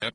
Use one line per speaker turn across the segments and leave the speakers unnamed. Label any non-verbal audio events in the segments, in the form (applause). At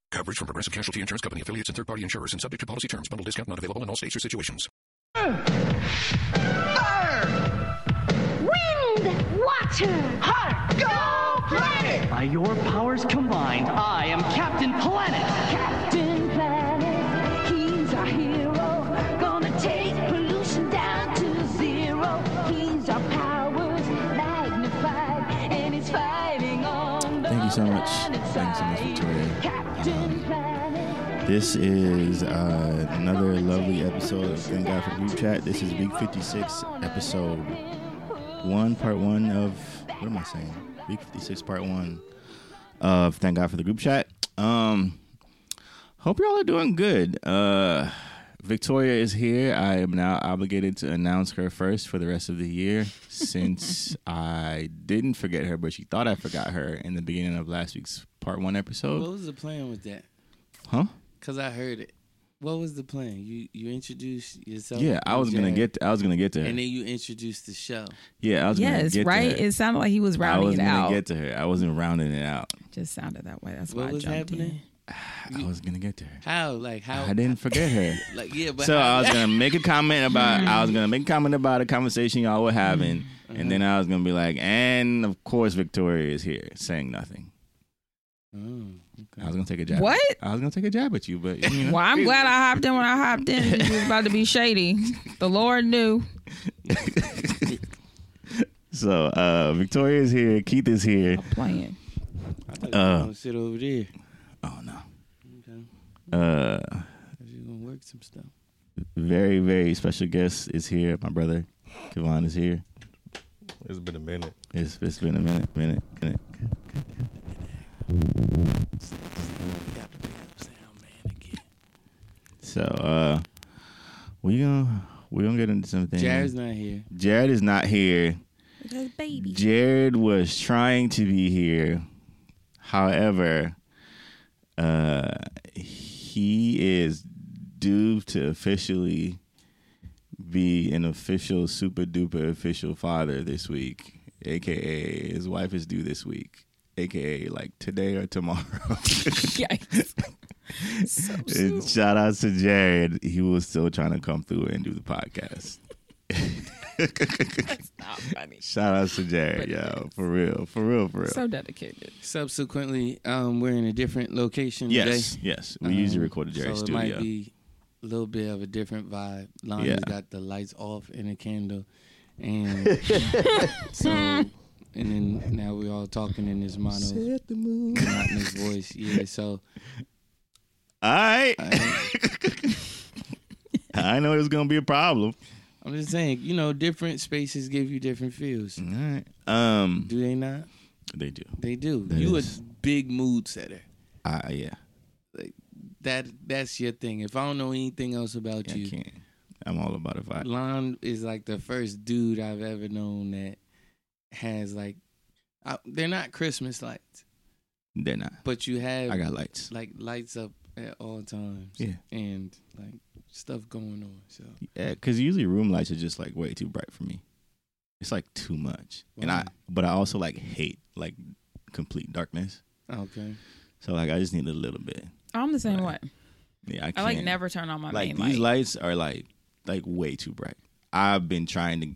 Coverage from Progressive Casualty Insurance Company affiliates and third party insurers and subject to policy terms. Bundle discount not available in all states or situations.
Wind, water, heart, go planet!
By your powers combined, I am Captain Planet.
Captain Planet, he's our hero. Gonna take pollution down to zero. He's our powers magnified, and he's fighting on the
Thank you so much.
planet
Thanks so much,
side.
Victoria.
Captain Planet.
This is uh, another lovely episode of Thank God for Group Chat. This is week 56, episode 1, part 1 of. What am I saying? Week 56, part 1 of Thank God for the Group Chat. Um, hope y'all are doing good. Uh, Victoria is here. I am now obligated to announce her first for the rest of the year since I didn't forget her, but she thought I forgot her in the beginning of last week's part 1
What
episode.
was the plan with that?
Huh?
Cause I heard it. What was the plan? You you introduced yourself.
Yeah, I was gonna
Jack,
get. I was gonna get to her.
And then you introduced the show.
Yeah, I was gonna
Yes,
get
right.
To her.
It sounded like he was
I
rounding
was
it
gonna
out.
get to her. I wasn't rounding it out.
Just sounded that way. That's why
What
I
was
jumped in.
happening?
I was gonna get to
(laughs)
her.
How? Like how?
I didn't forget her.
Like yeah, (laughs) but
so
how-
I was gonna make a comment
(laughs)
about. I was
Mm.
gonna make a comment about a conversation y'all were having,
Mm-hmm.
and then I was gonna be like, and of course Victoria is here saying nothing.
Oh,
I was gonna take a jab.
What?
I was gonna take a jab at you, but you
(laughs)
know.
Well, I'm glad I hopped in when I hopped in. It was about
(laughs)
to be shady. The Lord knew.
so uh, Victoria is here. Keith is here.
I'm playing.
I thought
Uh.
you were gonna sit over there.
Oh no.
Okay.
Uh,
You gonna work some stuff.
very very special guest is here. My brother, Kevon is here.
It's been a minute.
It's it's been a minute, minute, minute. So uh we gonna we gonna get into something.
Jared's not here.
Jared is not here.
baby.
Jared was trying to be here. However, uh he is due to officially be an official super duper official father this week. AKA his wife is due this week. AKA like today or tomorrow. (laughs)
Yikes. so
And
soon.
shout out to Jared. He was still trying to come through and do the podcast.
That's not funny.
Shout out to Jared,
But it
yo. For real. For real, for real.
So dedicated.
Subsequently, um, we're in a different location
yes.
today.
Yes. We usually
Um,
record at Jared's
so
studio.
it might be a little bit of a different vibe. Lonnie's
Yeah.
got the lights off and a candle,
(laughs)
and so and then now we're all talking in this mono,
Set the mood.
monotonous voice. Yeah, so
All right.
I,
(laughs) I know it's gonna be a problem.
I'm just saying, you know, different spaces give you different feels.
All right. Um
Do they not?
they do.
They do.
That
you
is-
a big mood setter.
Uh yeah.
That that's your thing. If I don't know anything else about
yeah I
you,
can't. I'm all about a vibe.
Lon is like the first dude I've ever known that has like, I, they're not Christmas lights,
They're not.
but you have
I got lights.
like lights up at all times.
Yeah.
and like stuff going on. So
Yeah, because usually room lights are just like way too bright for me. It's like too much, and I
Why?
but I also like hate like complete darkness.
okay,
So like I just need a little bit.
I'm the same way.
Yeah, I,
I like
can't-
never turn on my
like
main
these
light.
lights are like like way too bright. I've been trying to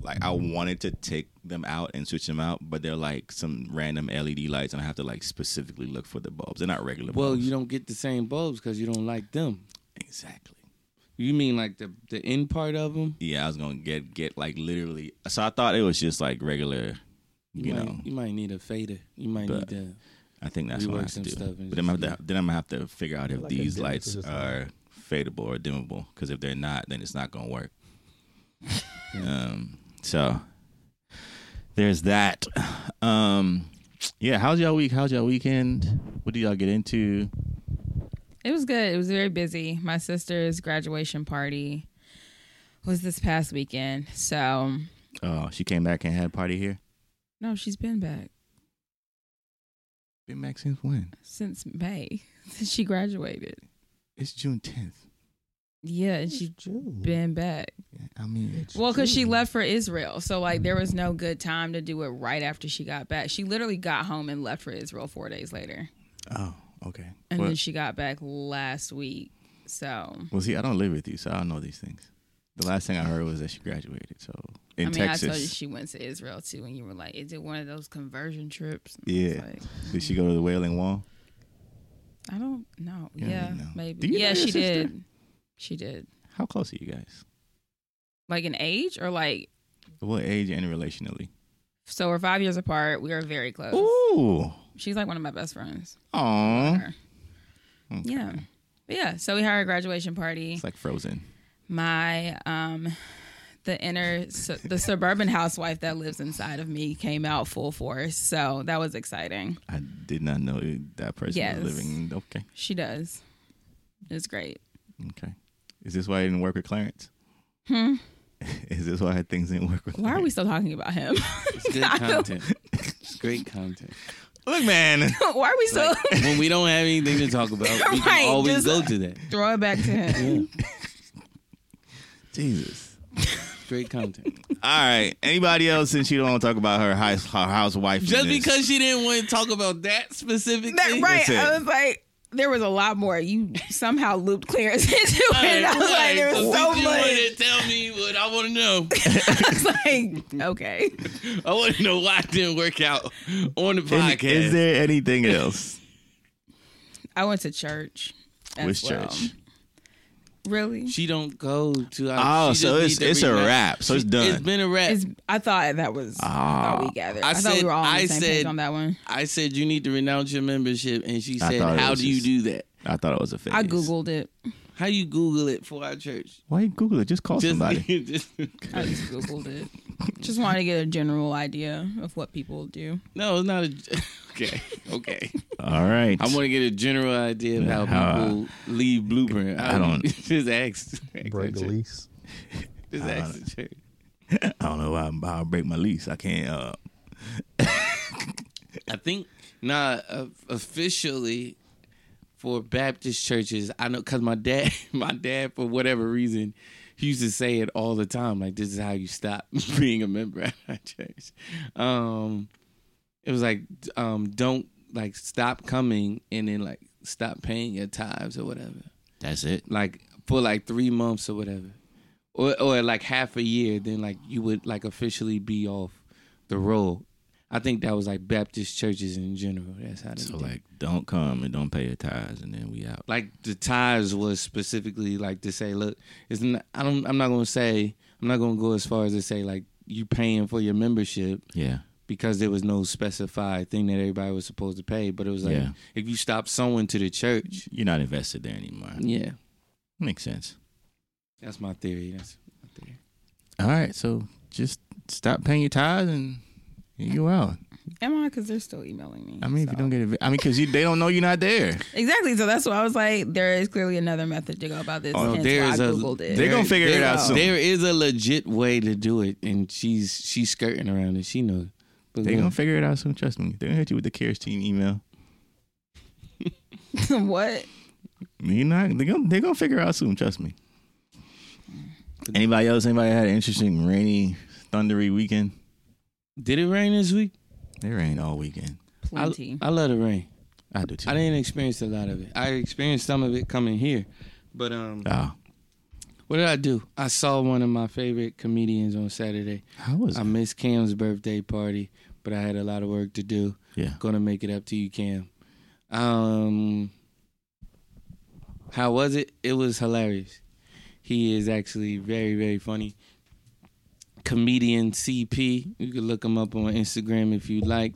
like I wanted to take them out and switch them out, but they're like some random LED lights, and I have to like specifically look for the bulbs. They're not regular.
well
bulbs.
you don't get the same bulbs because you don't like them.
exactly.
You mean like the the end part of them?
Yeah, I was gonna get get like literally. So I thought it was just like regular. You
might,
know,
you might need a fader. You might
But-
need
I think that's
We
what I
work
have to
some
do.
stuff and
But then I'm,
just
gonna have to, then I'm gonna have to figure out if
Like a
these
dim
lights
system.
are fadeable or dimmable. Because if they're not, then it's not
(laughs)
gonna work. um. So there's that. Um. Yeah. How's y'all week? How's y'all weekend? What do y'all get into?
It was good. It was very busy. My sister's graduation party. was this past weekend. So
Oh, she came back and had a party here.
no, she's been back
Been back since when?
since May. (laughs) Since she graduated.
It's June 10th.
Yeah, and she's been back.
I mean,
Well, because she left for Israel. So, like, there was no good time to do it right after she got back. She literally got home and left for Israel four days later.
oh, okay.
And
well,
then she got back last week. So,
well, see, I don't live with you, so I don't know these things. The last thing I heard was that she graduated. So in
I mean, I told you
Texas,
she went to Israel too, and you were like, is it one of those conversion trips? And I was
yeah.
like,
did she go to the Wailing Wall?
I don't know.
You don't
yeah,
even know. Do
maybe.
you know
Yeah,
your
she
sister?
did. She did.
How close are you guys?
Like, an age or like,
What age and relationally?
so we're five years apart. We are very close.
Ooh,
She's like one of my best friends.
oh,
Her. Yeah. But yeah. So, we had a graduation party.
it's like Frozen.
my um the inner su- the suburban housewife that lives inside of me came out full force so that was exciting
I did not know it- that person
Yes.
was living. Okay,
she does it's great
okay. Is this why I didn't work with Clarence? Hmm. (laughs) Is this why things didn't work with?
why are we still talking about him
It's
(laughs)
good content. It's great content.
Look, man. (laughs)
why are we still (laughs)
When we don't have anything to talk about, we
Right,
can always
just-
go to that.
throw it back to him
Jesus.
Great content.
All right. Anybody else since you don't want to talk about her house her housewife?
Just because she didn't want to talk about that specific
that,
thing.
right
That's it.
i was like there was a lot more you somehow looped clearance (laughs) into it i was like there was so
you
much
wanted to tell me what I want to know.
(laughs) I was like okay
I want to know why it didn't work out on the podcast.
Is there anything else?
i went to church as
Which
well.
church?
really
she don't go to. uh,
Oh,
she just
so it's-
need to
it's a
rematch.
wrap. So it's
She-
done.
It's been a wrap.
It's, I thought that was. I thought we gathered.
I
I, thought
said-
we were all on the
I
same
said-
page on that one.
I said you need to renounce your membership, and she
I
said,
thought it
"How
was
do you
just-
do that?
I thought it was a phase.
I googled it.
How you Google it for our church? (laughs)
Why you Google it? Just call (laughs) somebody.
(laughs)
just-
I just googled it. Just wanted to get a general idea of what people do.
no, it's not a. (laughs) Okay, okay.
All right.
I want to get a general idea of how
How, uh,
people leave Blueprint.
I don't-
(laughs) just ask. ask
Break the
the church.
lease.
(laughs) Just ask the church.
I don't know why I'll break my lease. I can't. Uh,
I think nah uh, officially for Baptist churches. I know because my dad, (laughs) my dad for whatever reason, he used to say it all the time. Like this is how you stop (laughs) being a member at our church. Um, it was like um, don't like stop coming and then like stop paying your tithes or whatever.
That's it.
Like for like three months or whatever. Or, or like half a year, then like you would like officially be off the roll. I think that was like Baptist churches in general. That's how they
So
did it
like, don't come and don't pay your tithes, and then we out.
like the ties was specifically like to say, look, it's not, I don't, I'm not gonna say, I'm not gonna go as far as to say like you paying for your membership
Yeah.
because there was no specified thing that everybody was supposed to pay, but it was like
Yeah.
if you stop sowing to the church,
You're not invested there anymore.
yeah,
Makes sense.
that's my theory. That's my theory.
All right. So just stop paying your tithes and you out.
Am I? Because they're still emailing me.
I mean, if
so.
you don't get it, I mean, because they don't know you're not there.
exactly. So that's why I was like, there is clearly another method to go about this.
Oh,
hence
there
why
is
I
a-
googled it.
They're gonna figure it
There-
out soon.
There is a legit way to do it, and she's she's skirting around it. She knows. But
They're
look,
gonna figure it out soon. Trust me. They're gonna hit you with the cares team email.
(laughs) what?
You're not. They're gonna, they're gonna figure out soon. Trust me. Anybody else? Anybody had an interesting rainy, thundery weekend?
did it rain this week?
It rained all weekend.
I,
Plenty.
I love the rain.
I do too.
I didn't experience a lot of it. I experienced some of it coming here, but um,
Oh,
what did I do? I saw one of my favorite comedians on Saturday.
how was
I
it?
missed Cam's birthday party, but I had a lot of work to do.
Yeah.
Gonna make it up to you, Cam. Um, how was it? It was hilarious. He is actually very, very funny. Comedian CP. You can look him up on Instagram if you like.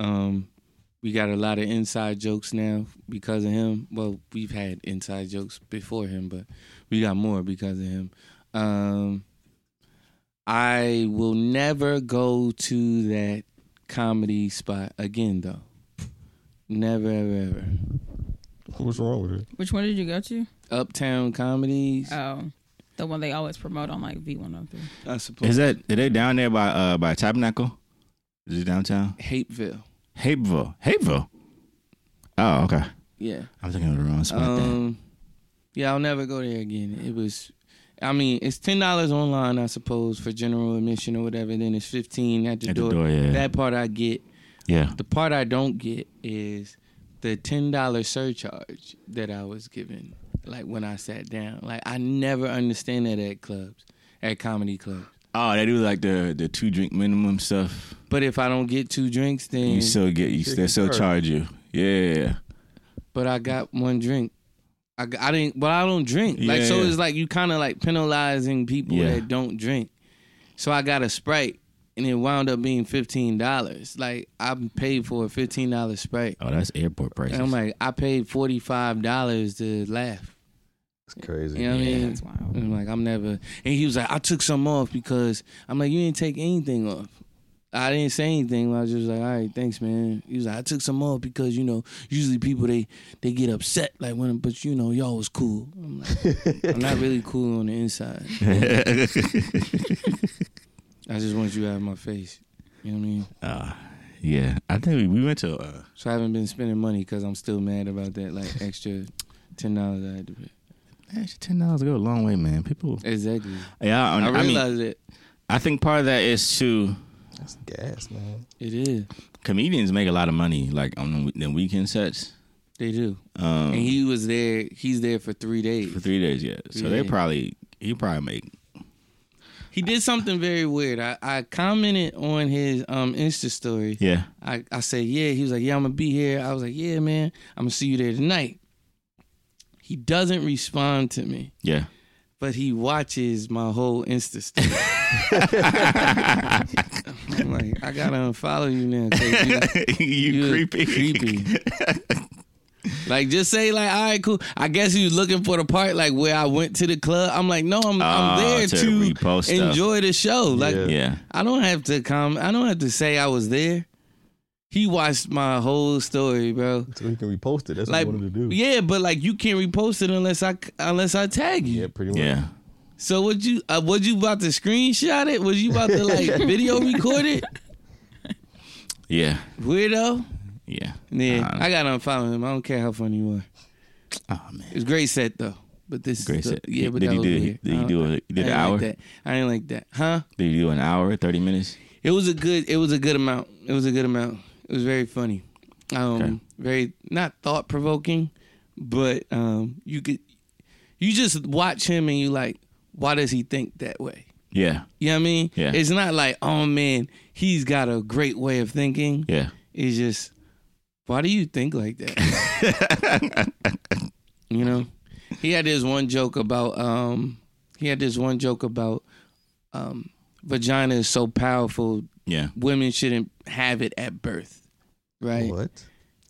Um, we got a lot of inside jokes now because of him. Well, we've had inside jokes before him, but we got more because of him. Um, I will never go to that comedy spot again, though. Never, ever, ever.
What's wrong with it?
Which one did you go to?
Uptown comedies.
Oh, The one they always promote on like V103.
I suppose.
Is that are they down there by uh by Tabernacle? Is it downtown?
Hateville?
Hapeville. Hapeville. Oh, okay.
Yeah.
I'm thinking of the wrong spot. then.
Um, yeah, I'll never go there again. It was, I mean, it's ten dollars online, I suppose, for general admission or whatever. Then it's fifteen at the,
At the door, yeah.
That part I get.
Yeah.
The part I don't get is the ten dollar surcharge that I was given. Like when I sat down, like I never understand that at clubs, at comedy clubs.
Oh, they do like the the two drink minimum stuff.
But if I don't get two drinks, then
You still get you. They still charge you. Yeah.
but I got one drink. I, got- I didn't, but I don't drink. Like so,
Yeah.
it's like you kind of like penalizing people
Yeah.
that don't drink. So I got a sprite, and it wound up being fifteen dollars. Like I paid for a fifteen dollar sprite,
Oh, that's airport prices. (laughs)
and (laughs) I'm like, I paid forty five dollars to laugh.
It's crazy.
You know what I mean?
That's wild.
I'm like, I'm never. And he was like, I took some off because I'm like, you didn't take anything off. I didn't say anything. I was just like, all right, thanks, man. He was like, I took some off because you know, usually people they they get upset like when, but you know, y'all was cool.
(laughs)
I'm like, I'm not really cool on the inside. I just want you out of my face. You know what I mean?
yeah, I think we, we went to. Uh,
So I haven't been spending money because I'm still mad about that like extra ten dollars I had to pay.
actually, ten dollars go a long way, man. People.
Exactly.
Yeah, I,
I
I
realized
mean,
that
I think part of that is to
That's gas, man.
it is.
comedians make a lot of money, like on the, the weekend sets
They do.
Um,
and he was there. He's there for three days.
for three days. Yeah, so they
Yeah.
probably he probably make.
He did something very weird. I, I commented on his um Insta story.
Yeah,
I, I said, yeah. He was like, yeah, I'm gonna be here. I was like, yeah, man, I'm gonna see you there tonight. He doesn't respond to me,
yeah.
but he watches my whole Insta story. (laughs) I'm like, I gotta unfollow you now. 'cause
(laughs)
you-
you,
you
(laughs)
creepy. Like just say like, all right, cool. I guess he was looking for the part like where I went to the club. I'm like, no, I'm I'm
Oh,
there
to
to,
repost stuff.
enjoy the show. Like
Yeah.
Yeah,
I don't have to come. I don't have to say I was there. He watched my whole story, bro.
So he can repost it. That's
Like,
what he wanted to do.
yeah, but like you can't repost it unless I unless I tag you.
Yeah, pretty much.
yeah.
So what you uh, what you about to screenshot it? Was you about
(laughs)
to like video record it?
Yeah,
Weirdo.
yeah.
Yeah,
Um,
I got to unfollow him. I don't care how funny you are.
oh man,
It's great set though. But this
Great
is the-
set.
Yeah, but
Did
that
he
was
do-
weird.
did he
I don't-
do a- he did
I
an
didn't
hour?
Like that. I didn't like that, huh?
did you do an hour, thirty minutes?
It was a good. It was a good amount. It was a good amount. It was very funny. Um,
Okay.
very not thought provoking, but um, you could you just watch him and you like, why does he think that way?
Yeah,
You know what I mean?
Yeah.
It's not like, oh man, he's got a great way of thinking.
yeah.
It's just, why do you think like that? you know, he had this one joke about um, he had this one joke about um, vagina is so powerful,
Yeah.
women shouldn't have it at birth, right?
What?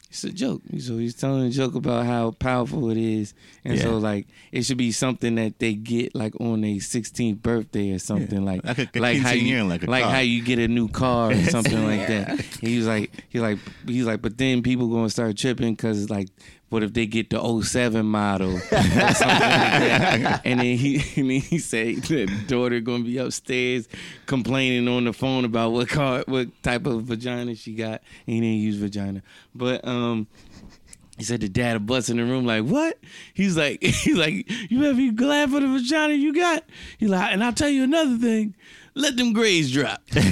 It's a joke. So he's telling a joke about how powerful it is, and
Yeah.
so like it should be something that they get like on their 16th birthday or something like
Like a- a
how you
quinceañera, like a car.
how you get a new
(laughs)
car or something like that. And he's like he's like he's like, but then people gonna start tripping because like. What if they get the 07 model or something like
(laughs)
that? And then he and then he said the daughter gonna be upstairs complaining on the phone about what car what type of vagina she got. And he didn't use vagina. But um he said the dad bust in the room like what? He's like (laughs) he's like you ever be glad for the vagina you got? He like and I'll tell you another thing, let them grades drop.
Well,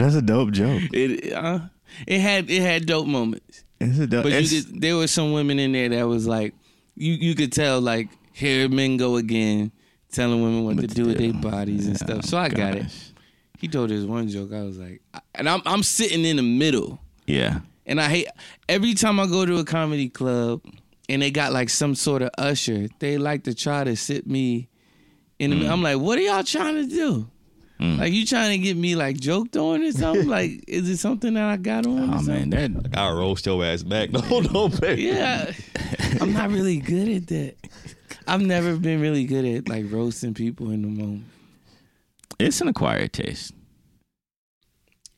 that's a dope joke.
it uh, it had it had dope moments,
It's a dope.
but
it's-
you could, there were some women in there that was like you you could tell like here men go again telling women what,
What
to
to
do with
do.
their bodies and stuff. So I got it.
gosh.
He told this one joke. I was like, I- and I'm I'm sitting in the middle.
Yeah.
And I hate every time I go to a comedy club and they got like some sort of usher, they like to try to sit me in the I'm like, what are y'all trying to do? Like you trying to get me like joked on or something? like, is it something that I got on? or
Oh
something?
man, that
I roast your ass back.
(laughs)
No, no, baby.
Yeah. I'm not really good at that. I've never been really good at like roasting people in the moment.
it's an acquired taste.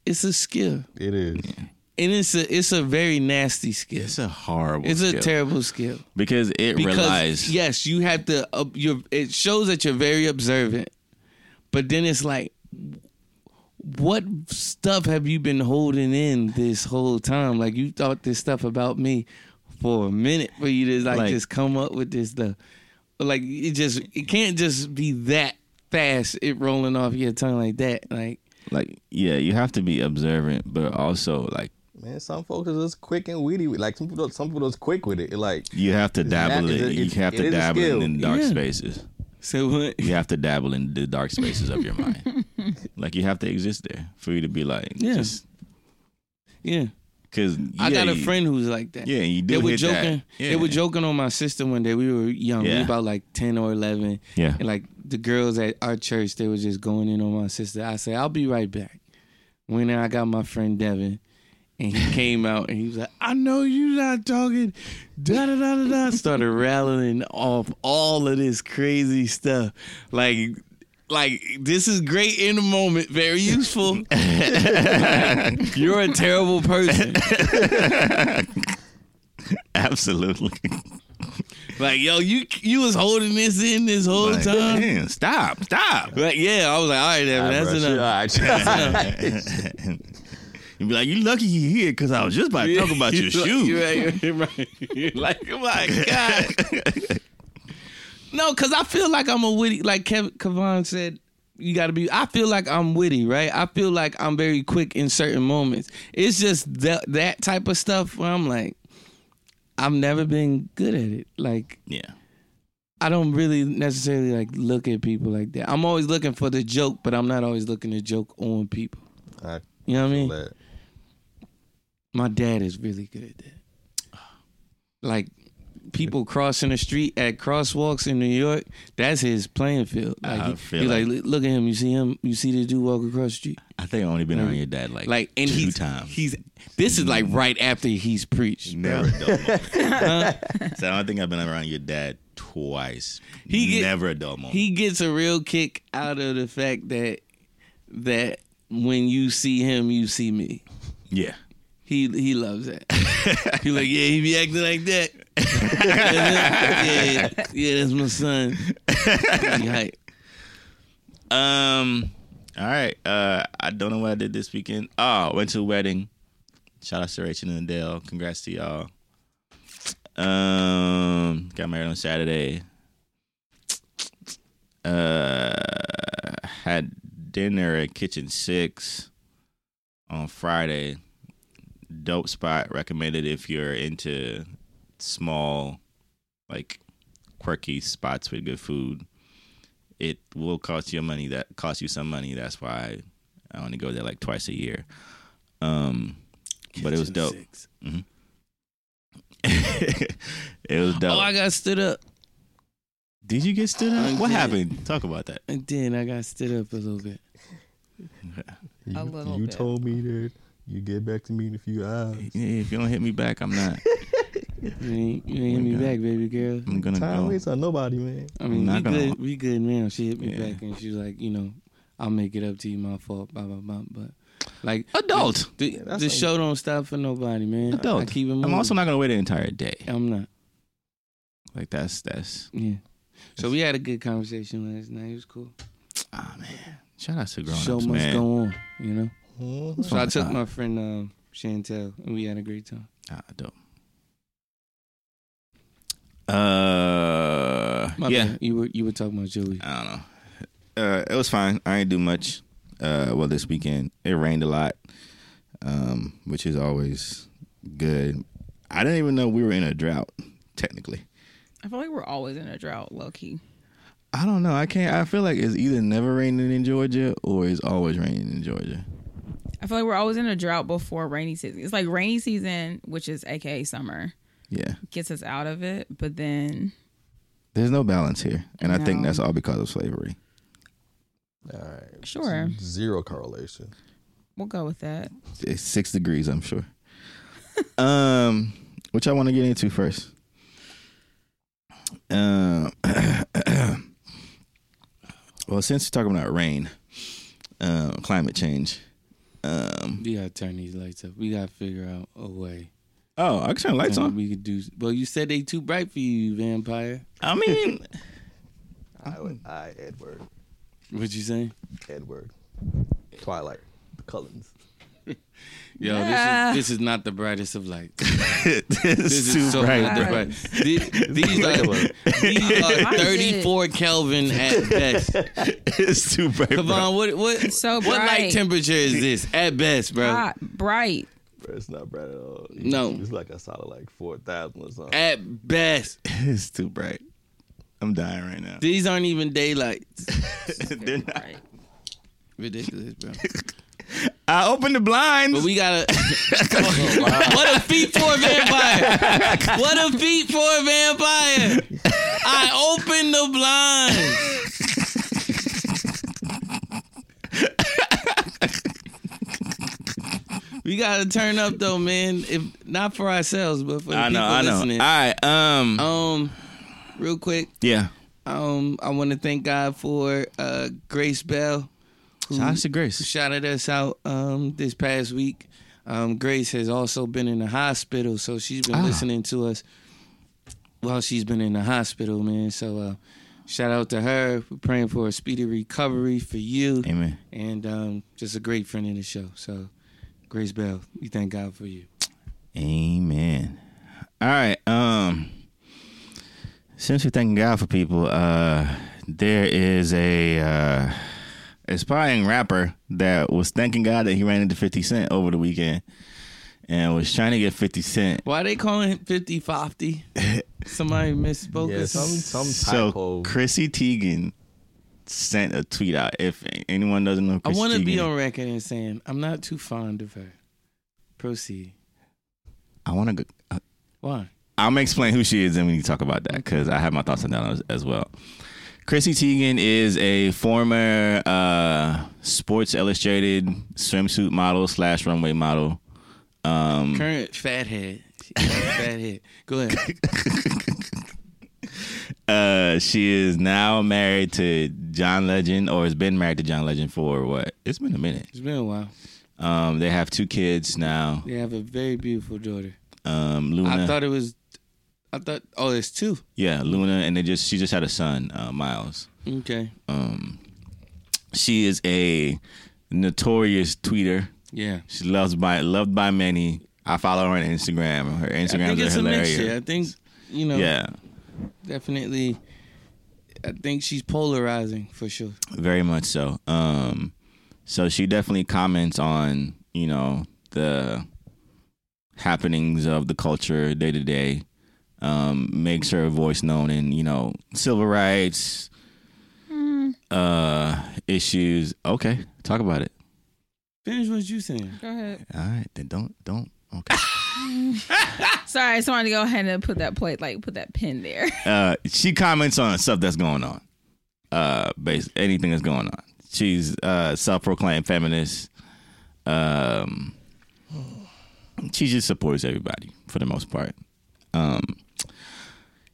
It's a skill.
It is.
and it's a it's a very nasty skill.
It's a horrible.
It's a
skill.
terrible skill.
because it
Because
relies.
yes, you have to. Uh, you it shows that you're very observant, but then it's like, what stuff have you been holding in this whole time? Like you thought this stuff about me for a minute for you to like,
Like-
just come up with this stuff. Like it just it can't just be that fast. It rolling off your tongue like that. Like
Like yeah, you have to be observant, but also like
Man, some folks are just quick and witty. with- Like some people, some people just quick with it. It, Like
you have to
It's
dabble
not-
it.
it's a-
You
it's-
have
it
to
is a
dabble
skill.
in dark
Yeah.
spaces.
so what? (laughs)
You have to dabble in the dark spaces of
(laughs)
your mind. like you have to exist there for you to be like
Yeah.
just
Yeah.
because
I got a friend who's like that.
Yeah, you do
They were
hit that.
joking. They
Yeah.
were joking on my sister one day. We were young, we
Yeah.
about like ten or eleven.
Yeah.
and like the girls at our church, they were just going in on my sister. I said, "I'll be right back." When I got my friend Devin, and
(laughs)
he came out and he was like, "I know you not talking." Da da da da da. Started rattling off all of this crazy stuff, like. Like this is great in the moment, very useful.
(laughs)
(laughs) You're a terrible person.
(laughs) Absolutely.
Like, yo, you you was holding this in this whole
Like, (laughs)
time.
"Man, stop! Stop!
Like, yeah, I was like, all right, (laughs) Evan, that's
bruh, shit,
enough.
all right.
You'd be like, you lucky you here because I was just about to talk
(laughs)
about your
You're
shoes.
Right, you're right, you're right. like, oh my god. no, because I feel like I'm a witty. Like Kevin Kavan said, you got to be. I feel like I'm witty, right? I feel like I'm very quick in certain moments. It's just that that type of stuff where I'm like, I've never been good at it. Like,
(laughs) yeah.
I don't really necessarily like look at people like that. I'm always looking for the joke, but I'm not always looking to joke on people.
I
You know what I
feel
mean?
that.
My dad is really good at that. Like people crossing the street at crosswalks in New York, that's his playing field. Like,
I
he-
feel
you
like-
like, look at him. You see him. You see the dude walk across the street.
I think I only been around your dad like
Like and
two
he's,
times.
He's this is like right after he's preached.
never a dull
(laughs)
moment. (laughs) so I don't think I've been around your dad twice.
He get-
never a dull moment.
he gets a real kick out of the fact that that when you see him, you see me.
yeah.
He he loves that. he like, yeah, he be acting like that. (laughs) yeah, yeah, yeah, that's my son. He hype.
Um. All right. Uh, I don't know what I did this weekend. Oh, went to a wedding. Shout out to Rachel and Adele. Congrats to y'all. Um, got married on Saturday. Uh, had dinner at Kitchen Six on Friday. Dope spot. Recommended if you're into small, like quirky spots with good food it will cost you money that cost you some money. That's why I only go there like twice a year. Um, but it was dope. Mm-hmm. (laughs) it was dope.
Oh, I got stood up.
Did you get stood up?
I
What
did.
happened? Talk about that.
And then I got stood up a little bit.
You,
A little
you
bit.
told me that you get back to me in a few hours.
Yeah, if you don't hit me back, I'm not.
You ain't, you ain't hit me
God.
back, baby girl.
I'm
(laughs)
gonna
Time
go.
waits on nobody, man.
I mean,
Not
we
gonna-
good. We good now. She hit me
Yeah.
back, and she was like, you know, I'll make it up to you. My fault. Blah blah blah. But like
Adult.
the,
that's
the
like-
show don't stop for nobody, man.
Adult.
I keep it
I'm
moving.
also not gonna wait an entire day.
I'm not.
Like that's that's.
Yeah. So we had a good conversation last night. It was cool.
Ah man. Shout out to grown
Show
ups,
must
man.
go on, you know.
Mhm.
So I
Oh,
took
God.
my friend um, Chantel, and we had a great time.
ah, dope. Uh,
My
yeah.
bad. you were you were talking about Joey.
I don't know. Uh, it was fine. I didn't do much. Uh, well, this weekend it rained a lot, um, which is always good. I didn't even know we were in a drought. Technically,
I feel like we're always in a drought, low key.
I don't know. I can't. I feel like it's either never raining in Georgia or it's always raining in Georgia.
I feel like we're always in a drought before rainy season. It's like rainy season, which is AKA summer,
Yeah,
gets us out of it, but then
there's no balance here, and I think
No.
that's all because of slavery.
All right.
Sure.
Zero correlation.
we'll go with that.
It's six degrees, I'm sure. (laughs) um, which I want to get into first. Um, (clears throat) well, since we're talking about rain, uh, climate um, change, Um,
We gotta turn these lights up. We gotta figure out a way.
oh, I can turn the lights
And
on.
We could do. Well, you said they too bright for you, vampire.
I mean,
I would. I Edward.
What you saying?
Edward. Twilight. The Cullens.
Yo,
Yeah.
this is this is not the brightest of lights.
(laughs)
(laughs)
this
This
is
is
too
so
bright.
not the
bro.
bright.
(laughs)
These, these are these are
Why is it-
thirty four Kelvin
(laughs)
at best.
(laughs) It's too bright.
Come
bro.
on, what what
It's so
what light
bright.
temperature is this at best,
Uh,
bro?
Hot, bright.
Bro, it's not bright at all.
No.
It's like a solid like four thousand or something.
At best,
(laughs) It's too bright. I'm dying right now.
these aren't even
(laughs)
daylights.
They're not-
Ridiculous, bro.
I opened the blinds.
But we gotta. (laughs) what a feat for a vampire! What a feat for a vampire! I opened the blinds. we gotta turn up though, man. If not for ourselves, but for the
I know.
people
I know.
listening.
All right. Um.
um, real quick,
yeah.
um, I want to thank God for uh Grace Bell. who-
Shout out to Grace.
shouted us out um, this past week. Um, Grace has also been in the hospital, so she's been listening to us while she's been in the hospital, man. So uh, shout out to her. We're praying for a speedy recovery for you.
Amen.
And um, just a great friend in the show. So, Grace Bell, we thank God for you.
Amen. All right. Um. Since we're thanking God for people, uh, there is a uh, aspiring rapper that was thanking God that he ran into Fifty Cent over the weekend, and was trying to get Fifty Cent.
Why they calling it 50 50? Somebody misspoke
Yeah,
or
some
something?
some
So
typo.
Chrissy Teigen sent a tweet out. If anyone doesn't know,
I
Chrissy
want to be
Teigen-
on record and saying I'm not too fond of her. Proceed.
I want to. go uh,
Why?
I'm gonna explain who she is, and we need to talk about that because I have my thoughts on that as, as well. Chrissy Teigen is a former uh, Sports Illustrated swimsuit model slash runway model. Um, (clears throat)
Current fathead. fathead. Go ahead.
(laughs) uh, she is now married to John Legend, or has been married to John Legend for what? It's been a minute.
It's been a while.
Um, they have two kids now.
They have a very beautiful daughter.
Um, Luna,
I thought it was. I thought. Oh, it's two.
yeah, Luna, and they just she just had a son, uh, Miles.
Okay.
Um, she is a notorious tweeter.
Yeah.
She loves by loved by many. I follow her on Instagram. Her
I think
Instagrams are
it's a mixture. I
hilarious.
think you know.
Yeah,
Definitely. I think she's polarizing for sure.
very much so. Um, so she definitely comments on you know the happenings of the culture day to day. Um, makes her voice known in you know civil rights uh issues. Okay, talk about it.
Finish what you saying.
Go ahead.
All right, then don't don't. Okay.
Sorry, I just wanted to go ahead and put that plate, like put that pin there. (laughs)
uh, she comments on stuff that's going on. Uh, bas anything that's going on. She's uh, self-proclaimed feminist. Um, she just supports everybody for the most part. Um,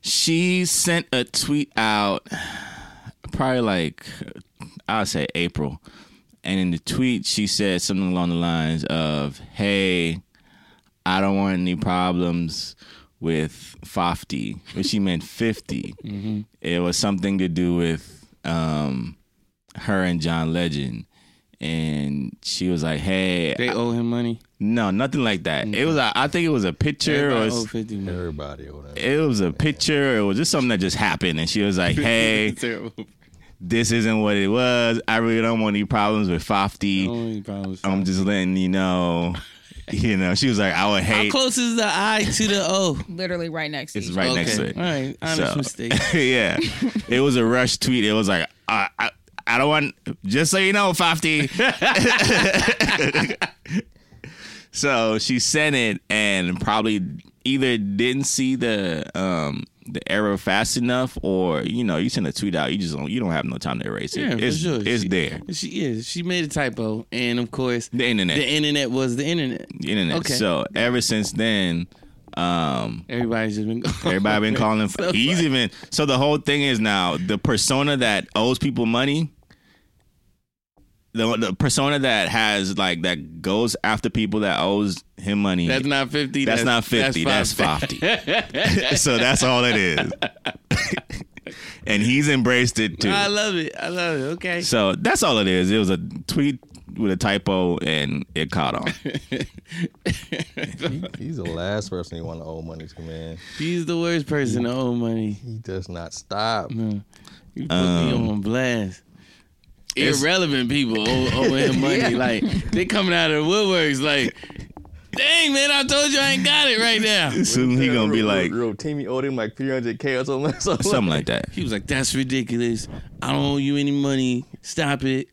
she sent a tweet out probably like I'll say April, and in the tweet she said something along the lines of, "Hey, I don't want any problems with Fafty, but she meant 50. It was something to do with um, her and John Legend. And she was like, hey,
They owe him money.
no, nothing like that. It was, a, I think it was a picture or
Everybody owe
s-
50 money.
Everybody or whatever.
it was a picture. It was just something that just happened. And she was
(laughs)
like, hey, this isn't what it was. I really don't want any problems with Fafty.
Only problem is-
I'm just letting you
(laughs)
know. You know, she was like, I would
How
hate.
close is the I to the O?
Literally right next to
It's
each
right
okay.
next to it.
All right. Honest
So-
mistake.
(laughs)
(laughs)
yeah, it was a rush tweet. It was like, I, I, I don't want. Just so you know, Fafty. (laughs) so she sent it and probably either didn't see the um the error fast enough, or you know, you send a tweet out, you just don't you don't have no time to erase it.
Yeah, for
it's
sure.
it's
She-
there.
She is. She made a typo, and of course,
The internet,
the internet was the internet.
the internet.
okay.
So ever since then, um,
Everybody's just been.
Everybody been calling. For, he's even. So the whole thing is now the persona that owes people money the, the persona that has like that goes after people that owes him money.
(laughs) That's not fifty.
That's not 50, that's
50.
so that's all it
(laughs)
is. and he's embraced it too.
I love it. I love it. Okay.
So that's all it is. It was a tweet with a typo and it caught
(laughs)
on.
He- he's the last person you want to owe money to, man.
He's the worst person
Mm.
to owe money.
He does not stop.
You put me on blast.
Um, It's-
Irrelevant people owe,
(laughs)
owing him money. Like they coming out of the woodworks. Like, dang man, I told you I ain't got it right now.
Soon he gonna be
Real-
like
real team. He owed him like 300K or something. (laughs)
something like that.
He was like, "That's ridiculous. I don't owe you any money. Stop it."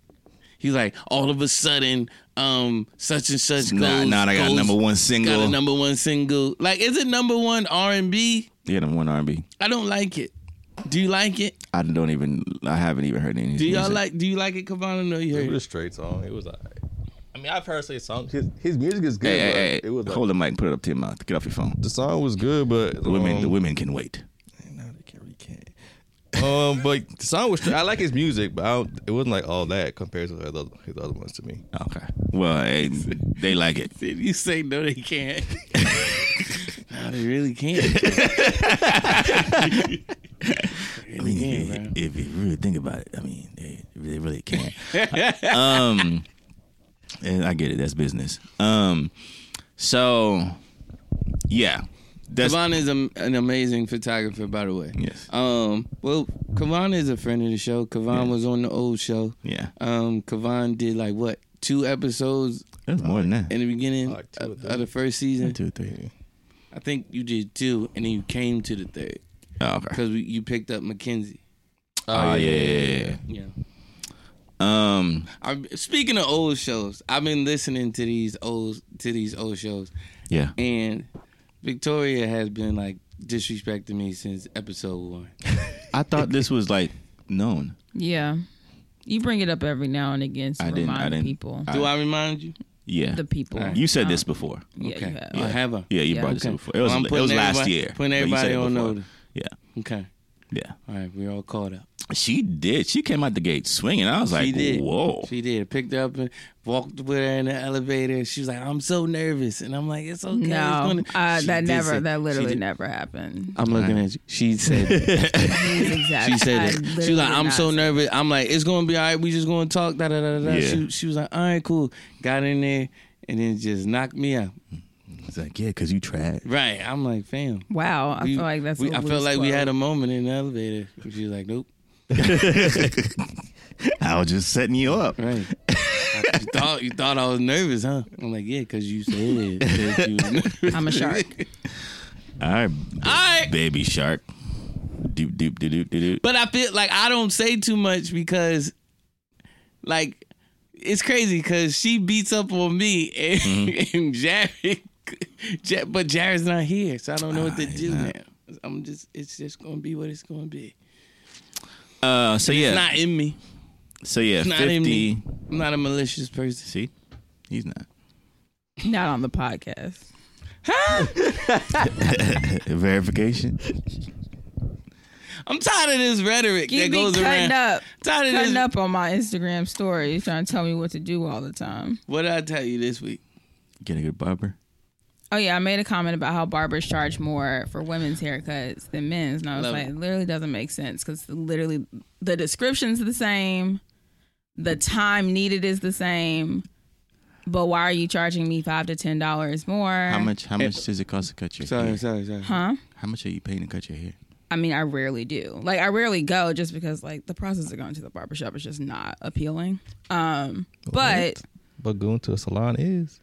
He's like, "All of a sudden, um, such and such
Nah,
goes."
nah, I got
goes-
number one single.
Got a number one single. Like, is it number one R and B?
yeah, number one R&B.
I don't like it. Do you like it?
I don't even. I haven't even heard any.
Do y'all like? Do you like it, Kavana? No, you
It
heard
was a
it.
straight song. It was all right. I mean, I've heard say songs. His, his music is good.
Hey, hey,
but
hey,
it was like,
hold the mic. Put it up to your mouth. Get off your phone.
The song was good, but
The women,
um,
the women can wait.
No, they can't. We can't. Um, but the song was. I like his music, but I don't, it wasn't like all that compared to his other, his other ones to me.
Okay. Well, hey, they like
(laughs)
it.
Did you say no? They can't. no, they really can't. (laughs) They really can't, bro.
If you really think about it, I mean, they, they really (laughs) can. um, and I get it. That's business. Um, so yeah, that's
Kavan is a, an amazing photographer, by the way.
Yes.
Um. Well, Kavan is a friend of the show. Kavan was on the old show.
yeah.
Um. Kavan did like what two episodes
That's more than that.
in the beginning
Like two or
of,
three.
of the first season.
Two, three.
I think you did two, and then you came to the third
Oh, okay.
because you picked up Mackenzie.
Oh, yeah, yeah, yeah,
Yeah.
yeah. Um,
I, speaking of old shows, I've been listening to these old to these old shows,
yeah.
and Victoria has been like disrespecting me since episode one.
I thought this was like known.
Yeah. You bring it up every now and again to
I didn't- I
remind
didn't-
people.
I-
Do I remind you?
Yeah.
the people.
You said this before.
Yeah, you have.
I have a.
Yeah, you
Yeah.
brought this
Okay.
up before. It was,
Well, I'm
it was
putting
last
everybody-
year.
putting
but you said
everybody
it
on
before.
notice.
Yeah,
Okay.
yeah.
All right, we're all caught up.
She did. She came out the gate swinging. I was
she
like,
did.
whoa.
She did. Picked her up and walked with her in the elevator. She was like, I'm so nervous. And I'm like, it's okay. it's
No,
gonna-"
uh,
She
that
did
never,
say-
that
she
literally
did-
never happened.
I'm looking at you. She said, (laughs)
exactly.
she said it. She was like, I'm so nervous. I'm like, it's gonna be all right. We just gonna talk. Da da da da. da.
Yeah.
She, she was like, all right, cool. Got in there and then just knocked me out.
It's like, yeah, because you tried.
Right. I'm like, fam.
Wow, I
we-
feel like that's.
we-
a
I feel
loose
like we had a
quote.
moment in the elevator. She was like, nope.
I was just setting you up.
Right. you thought you thought I was nervous, huh? I'm like, yeah, because you (laughs) said that you was nervous. (laughs)
I'm a shark.
All right,
All right.
baby shark. Doop, doop, doop, doop, doop. doop.
But I feel like I don't say too much because, like, it's crazy because she beats up on me and, (laughs) and Jared, Ja- but Jared's not here, so I don't know what to do now. I'm just, it's just gonna be what it's gonna be.
Uh, so yeah,
It's not in me.
so yeah,
It's not in
fifty.
me. I'm not a malicious person.
See, he's not (laughs)
Not on the podcast.
verification.
I'm tired of this rhetoric
You
that
be
goes around. (laughs)
cutting up,
Tired of this.
cutting up on my Instagram stories, trying to tell me what to do all the time.
What did I tell you this week?
Get a good barber.
Oh yeah, I made a comment about how barbers charge more for women's haircuts than men's, and I was
Love
like,
it.
it literally doesn't make sense because literally the description's the same, the time needed is the same, but why are you charging me five to ten dollars more?
How much? How much does it cost to cut your
Sorry,
hair?
sorry, sorry.
Huh?
How much are you paying to cut your hair?
I mean, I rarely do. Like, I rarely go just because like the process of going to the barbershop is just not appealing. Um, but
But going to a salon is.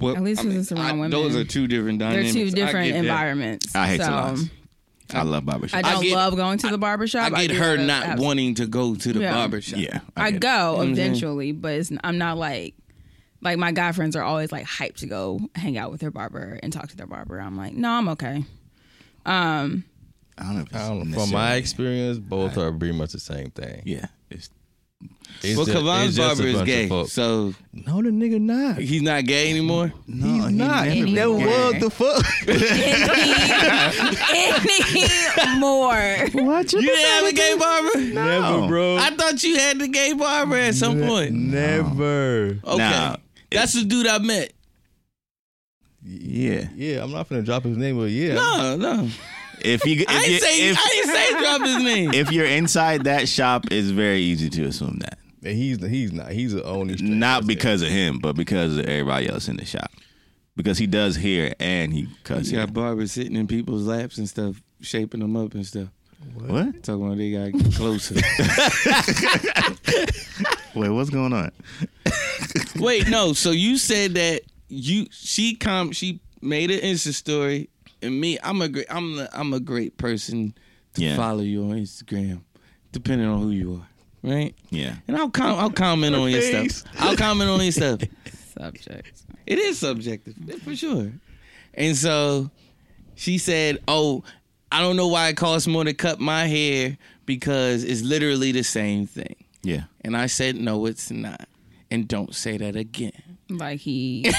Well,
At least 'cause it's around women.
Those are two different
they're
dynamics.
two
I
different
get that.
environments.
I hate
so,
salons. I love barber
I
shops.
don't
I get-
love going to the barbershop.
I get
do
her
love-
not
abs-
wanting to go to the Mm-hmm.
Yeah.
barber shop.
yeah,
I
get it.
go
I'm saying?
eventually, but it's, I'm not like like my guy friends are always like hyped to go hang out with their barber and talk to their barber. I'm like, no, I'm okay. Um,
I don't know. If it's
I don't know. From
necessarily-
my experience, both are pretty much the same thing.
yeah, it's
It's
Well,
ju- it's
Kavan's
just a
barber is
bunch of
gay,
folks.
so
no, the nigga not.
he's not gay
(laughs)
anymore.
no, he's not.
never Anyway. been gay.
fuck.
any, any more?
What
You didn't have a gay barber.
Never, bro.
I thought you had the gay barber at some
Ne-
point.
Never.
Okay.
Nah.
That's the dude I met.
Yeah.
Yeah, I'm not finna drop his name, but yeah.
No, no.
If you, if
I
you,
ain't say
if,
I ain't say drop his
(laughs)
name.
if you're inside that shop, it's very easy to assume that.
And he's he's not. He's a
(laughs)
only. straight
Not
person.
because of him, but because of everybody else in the shop. Because he does hear and he cusses.
You got barbers sitting in people's laps and stuff, shaping them up and stuff.
What?
Talking about they got (laughs) closer.
Wait, what's going on?
Wait, no. So you said that you she com she made an Insta story, and me, I'm a great, I'm a, I'm a great person to
Yeah.
follow you on Instagram, depending on who you are, right?
Yeah.
And I'll com- I'll comment on your
face.
stuff. I'll comment on your stuff.
subject.
It is subjective for sure. And so she said, "Oh, I don't know why it costs more to cut my hair because it's literally the same thing."
Yeah.
And I said, "No, it's not." And don't say that again.
Like he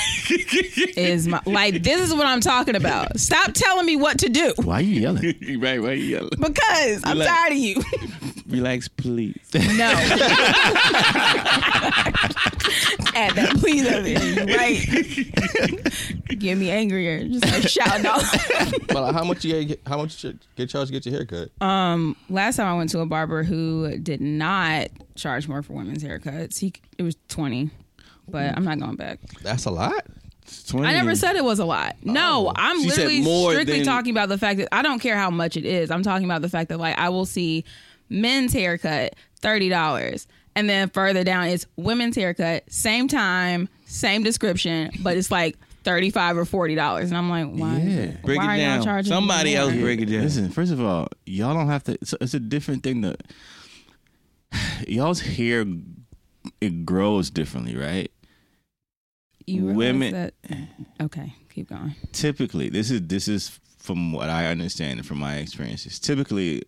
is my like this is what I'm talking about. Stop telling me what to do
Why are you yelling?
(laughs) right, right. You gotta
because I'm
Like-
tired of you.
relax, please.
No. Add that please of it. You're Right. Get me angrier. Just like shouting out.
But how much you get, how much you get charged to get your haircut?
Um, Last time I went to a barber who did not charge more for women's haircuts. He it was twenty. But I'm not going back.
That's a lot.
I never said it was a lot. No, I'm
Mm. Oh. She said
literally
more
strictly
than-
talking about the fact that I don't care how much it is. I'm talking about the fact that like I will see men's haircut thirty dollars, and then further down it's women's haircut, same time, same description, but it's like thirty five or forty dollars, and I'm like, why? is it-
Break
why
it
are y'all
down.
charging me
Somebody
more?
else break it down.
Listen, first of all, y'all don't have to. It's, it's a different thing to. (sighs) Y'all's hair, it grows differently, right?
You realize
women-
That? Okay, keep going.
typically this is this is from what I understand and from my experiences. Typically,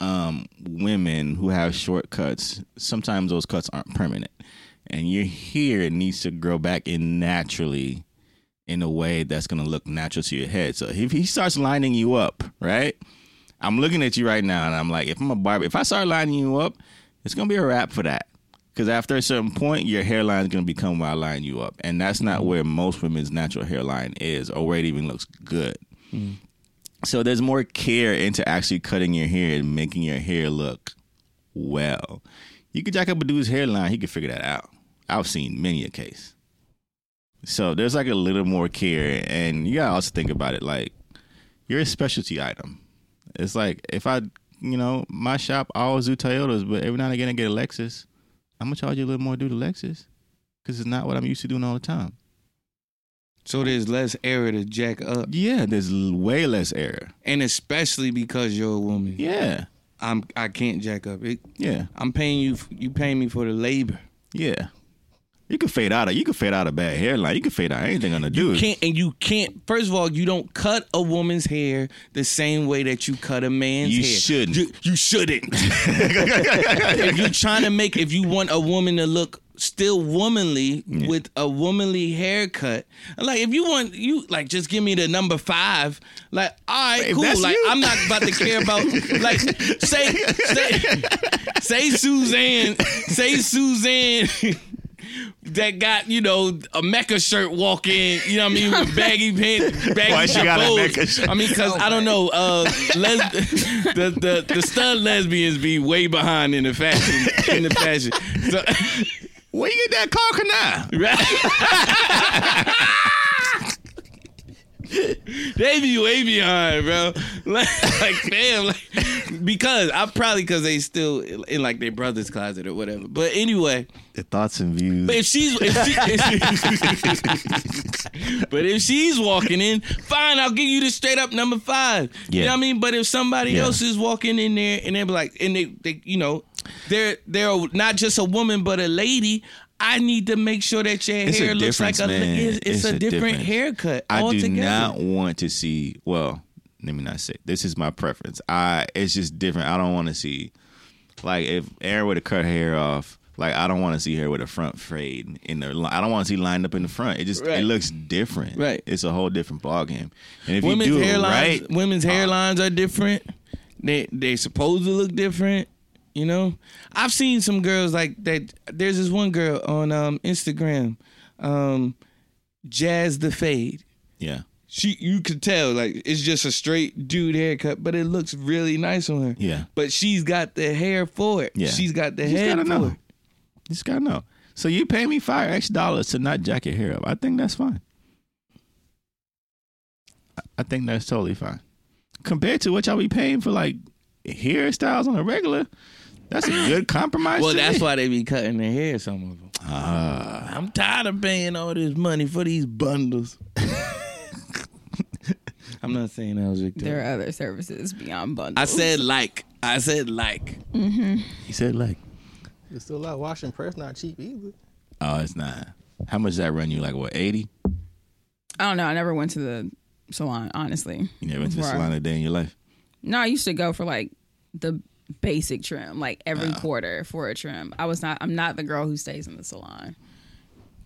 um, women who have short cuts, sometimes those cuts aren't permanent, and your hair needs to grow back in naturally in a way that's going to look natural to your head. So if he starts lining you up, right? I'm looking at you right now, and I'm like, if I'm a barber, if I start lining you up, it's gonna be a wrap for that. Because after a certain point, your hairline is gonna become where I line you up, and that's not where most women's natural hairline is, or where it even looks good. So there's more care into actually cutting your hair and making your hair look well. You could jack up a dude's hairline; he could figure that out. I've seen many a case. So there's like a little more care, and you gotta also think about it. Like you're a specialty item. It's like if I, you know, my shop I always do Toyotas, but every now and again I get a Lexus. I'm gonna charge you a little more due to Lexus because it's not what I'm used to doing all the time.
So there's less error to jack up,
Yeah, there's l- way less error.
and especially because you're a woman,
Yeah,
I'm I can't jack up. It,
yeah,
I'm paying you. You paying me for the labor.
yeah. You can fade out. A, you can fade out a bad hairline. You can fade out anything on a
You
dude.
can't, and you can't. First of all, you don't cut a woman's hair the same way that you cut a man's
You
hair.
shouldn't.
You,
(laughs)
you shouldn't. if you're trying to make, if you want a woman to look still womanly with a womanly haircut, like if you want, you like just give me the number five. Like, all right,
If
cool.
that's
Like,
you.
I'm not about to care about. Like, say, say, say Suzanne, say Suzanne. that got you know a Mecca shirt walk in. You know what I mean? With baggy pants, baggy
Why she got a
bows.
Mecca shirt?
I mean, because I don't know. Uh, les- (laughs) the the the stud lesbians be way behind in the fashion in the fashion. So, (laughs)
Where you get that car canal?
Right. they be way behind, bro. (laughs) Like, like, damn, like because I probably because they still in like their brother's closet or whatever. But anyway,
The thoughts and views.
but if she's if
(laughs)
she, if she- but if she's walking in, fine, I'll give you the straight up number five. You know
Yeah.
what I mean? But if somebody
Yeah.
else is walking in there and they be like, and they, they you know, they're they're not just a woman but a lady. I need to make sure that your
It's a
hair looks like
difference,
a
man.
it's, it's
It's
a,
a
different
difference.
haircut.
I do
altogether.
not want to see. Well, let me not say this is my preference. I it's just different. I don't want to see like if Aaron would have cut hair off. Like I don't want to see her with a front fade in the. li- I don't want to see lined up in the front. It just
Right.
it looks different.
Right.
It's a whole different ballgame. And if
women's
you do it
hairlines
right, Uh-huh.
women's hairlines are different. They they supposed to look different. You know, I've seen some girls like that. There's this one girl on um, Instagram, um, Jazz the Fade.
Yeah.
She, you could tell, like it's just a straight dude haircut, but it looks really nice on her.
Yeah.
But she's got the hair for it.
Yeah.
She's got the
You just
hair
gotta
for
know.
it.
You just gotta know. So you pay me five X dollars to not jack your hair up. I think that's fine. I- I think that's totally fine. Compared to what y'all be paying for like hairstyles on a regular, that's a (coughs) good compromise.
Well,
to
that's
me.
why they be cutting their hair. Some of them.
Ah.
I'm tired of paying all this money for
(laughs)
these bundles. I'm not saying that was
There
Victoria.
are other services beyond bundles.
I said like. I said like.
he said like,
It's still a lot. Wash and press not cheap either.
oh, it's not. How much does that run you? Like what, eighty?
I don't know. I never went to the salon, honestly.
You never went to the
Right.
salon a day in your life.
No, I used to go for like the basic trim, like every quarter for a trim. I was not. I'm not the girl who stays in the salon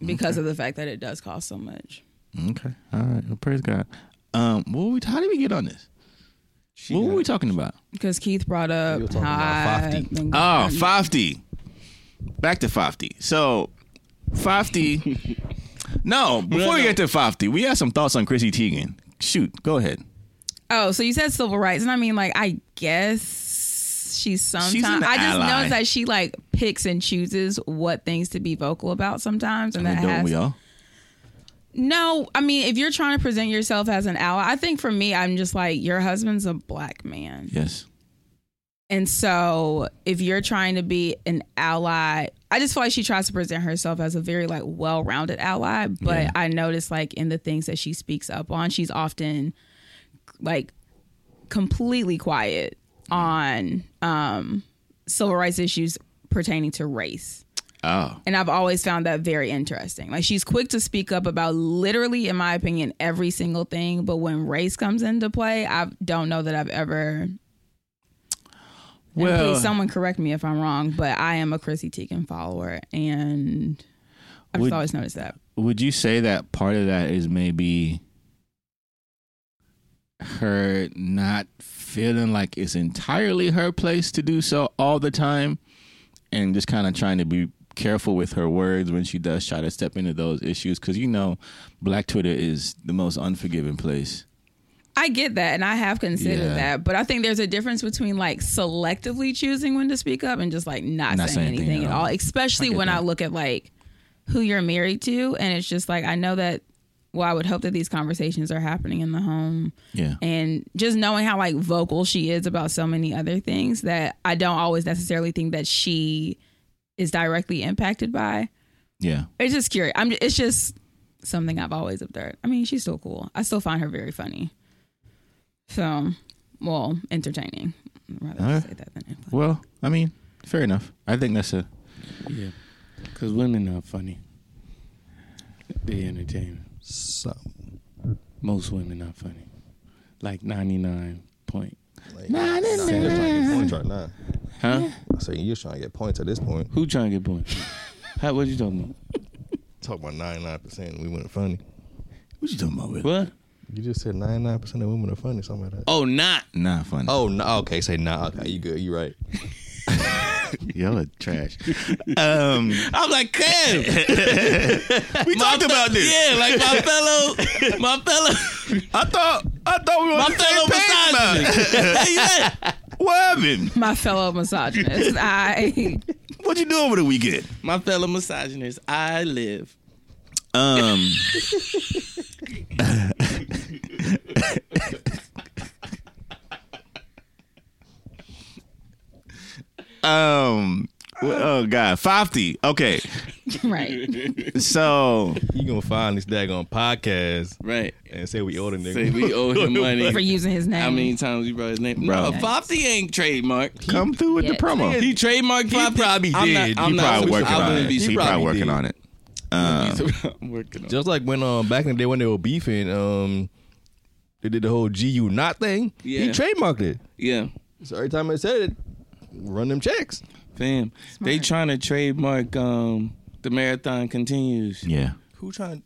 because of the fact that it does cost so much.
Okay. All right. Well, praise God. Um, what were we, how did we get on this? what were we talking about?
Because Keith brought up
You were talking
how
about
I
50.
think-
Oh, 50. Back to 50. So, (laughs) 50. no, before we get to 50, we have some thoughts on Chrissy Teigen. Shoot, go ahead.
Oh, so you said civil rights, and I mean, like, I guess she's sometimes.
an
I just
ally.
noticed that she like picks and chooses what things to be vocal about sometimes, and, that
don't
has
we all?
No, I mean, if you're trying to present yourself as an ally, I think for me, I'm just like, your husband's a black man.
Yes.
And so if you're trying to be an ally, I just feel like she tries to present herself as a very like well-rounded ally, but I notice like in the things that she speaks up on, she's often like completely quiet on um civil rights issues pertaining to race.
Oh,
And I've always found that very interesting. Like she's quick to speak up about literally, in my opinion, every single thing. But when race comes into play, I don't know that I've ever. Well,
Well-
please, someone correct me if I'm wrong, but I am a Chrissy Teigen follower, and I've
Would-
just always noticed that.
would you say that part of that is maybe her not feeling like it's entirely her place to do so all the time and just kind of trying to be careful with her words when she does try to step into those issues because you know black twitter is the most unforgiving place
I get that, and I have considered
Yeah.
that, but I think there's a difference between like selectively choosing when to speak up and just like not,
Not
saying anything at all. Especially
get
when I
that.
look at like who you're married to, and it's just like I know that. Well, I would hope that these conversations are happening in the home,
yeah
and just knowing how like vocal she is about so many other things that I don't always necessarily think that she is directly impacted by.
yeah
It's just curious. I'm. It's just something I've always observed. I mean, she's still cool. I still find her very funny. So, well, entertaining. I'd rather
Huh?
say that than funny.
well i mean fair enough i think that's a
Yeah. Because women are funny. They entertain.
So
Most women are funny. Like 99 point.
like, nah, I didn't you're trying to get points right now.
Huh?
I say you're trying to get points at this point.
Who trying to get (laughs) points? How, what you talking about?
Talk about ninety nine percent. Women are funny.
what you talking about with
What?
You just said ninety nine percent of women are funny. Something like that.
Oh, not.
nah funny
Oh no. Okay. Say nah. Okay. You good. You right.
(laughs) y'all are
(laughs)
trash um
I'm like, (laughs) Kev.
we talked about this
yeah, like my fellow, my fellow,
i thought i thought we were
my
on the same
fellow
page now.
misogynist.
(laughs)
Hey, yeah.
What happened?
My fellow misogynist. I. (laughs)
What you do over the weekend?
My fellow misogynist. I live.
Um. um. wh- Oh God, fifty. Okay,
Right.
so
You gonna find this daggone podcast
Right.
and say we older nigga.
Say we owe (laughs) him money.
For using his name.
How many times you brought his name?
Bro.
No, Fopsy ain't trademarked.
come through with the
Yeah.
promo. (laughs)
He trademarked Fopsy.
probably
I'm not-
did.
I'm
He
not
Probably
so
working
sure. I
on
wouldn't
it.
be
He
surprised
probably
he (laughs)
working
did.
on it. Uh,
I'm working on it.
Just like when um back in the day when they were beefing, um they did the whole GU not thing. He
Yeah.
trademarked it.
Yeah.
So every time I said it, run them checks.
Fam, they trying to trademark um the marathon continues.
Yeah,
Who trying?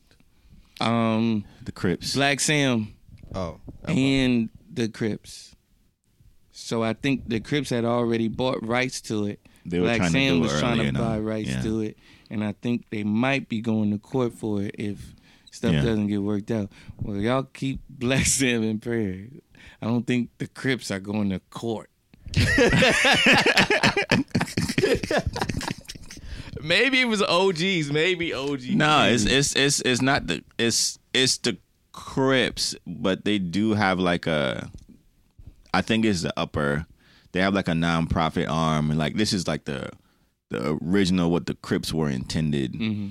Um
the Crips.
Black Sam
Oh, I'm-
and the Crips. So I think the Crips had already bought rights to it.
They were
Black
trying to
Sam
do it
was trying
early
to
and
buy
all.
rights
Yeah.
to it, and I think they might be going to court for it if stuff
Yeah.
doesn't get worked out. Well, y'all keep (laughs) Black Sam in prayer. I don't think the Crips are going to court.
Maybe it was OGs. Maybe OGs.
No, it's it's it's it's not the it's it's the Crips, but they do have like a I think it's the upper they have like a nonprofit arm and like this is like the the original what the Crips were intended.
Mm-hmm.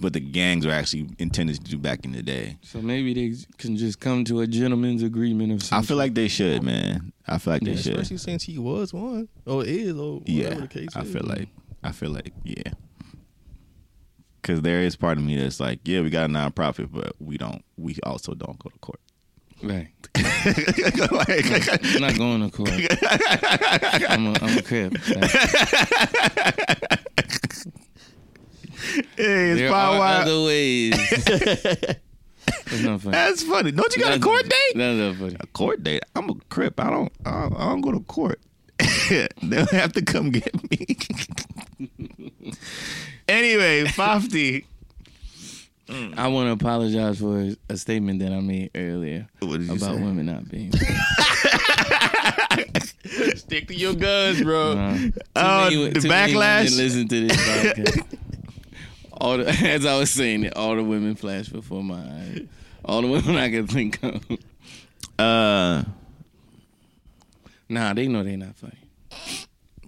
What the gangs were actually intended to do back in the day.
So maybe they can just come to a gentleman's agreement of
I
something.
feel like they should, man. I feel like they
Especially
should.
since he was one or is or
Yeah,
whatever the case
I
is.
feel like I feel like yeah. Cause there is part of me that's like, yeah, we got a nonprofit, but we don't. We also don't go to court. (laughs)
right.
like, (laughs)
I'm not
(laughs)
going to court. I'm a, I'm a crip. Like,
Hey, it's
there
Bow
are
Wow.
other
(laughs)
ways. That's not funny.
That's funny. Don't you got a
That's-
court date?
That's not funny.
A court date? I'm a crip. I don't. I don't, I don't go to court. (laughs) They'll have to come get me. (laughs) anyway,
(laughs)
Fafty.
I want to apologize for a statement that I made earlier
What did you
about
say?
women not being.
(laughs)
Stick to your guns, bro.
Uh, too
Oh,
many-
the
too many women
backlash?
Listen
(laughs)
to this podcast. all the, (laughs) as I was saying it, all the women flashed before my eyes. All the women I could think of.
Uh,
Nah, they know they're not funny.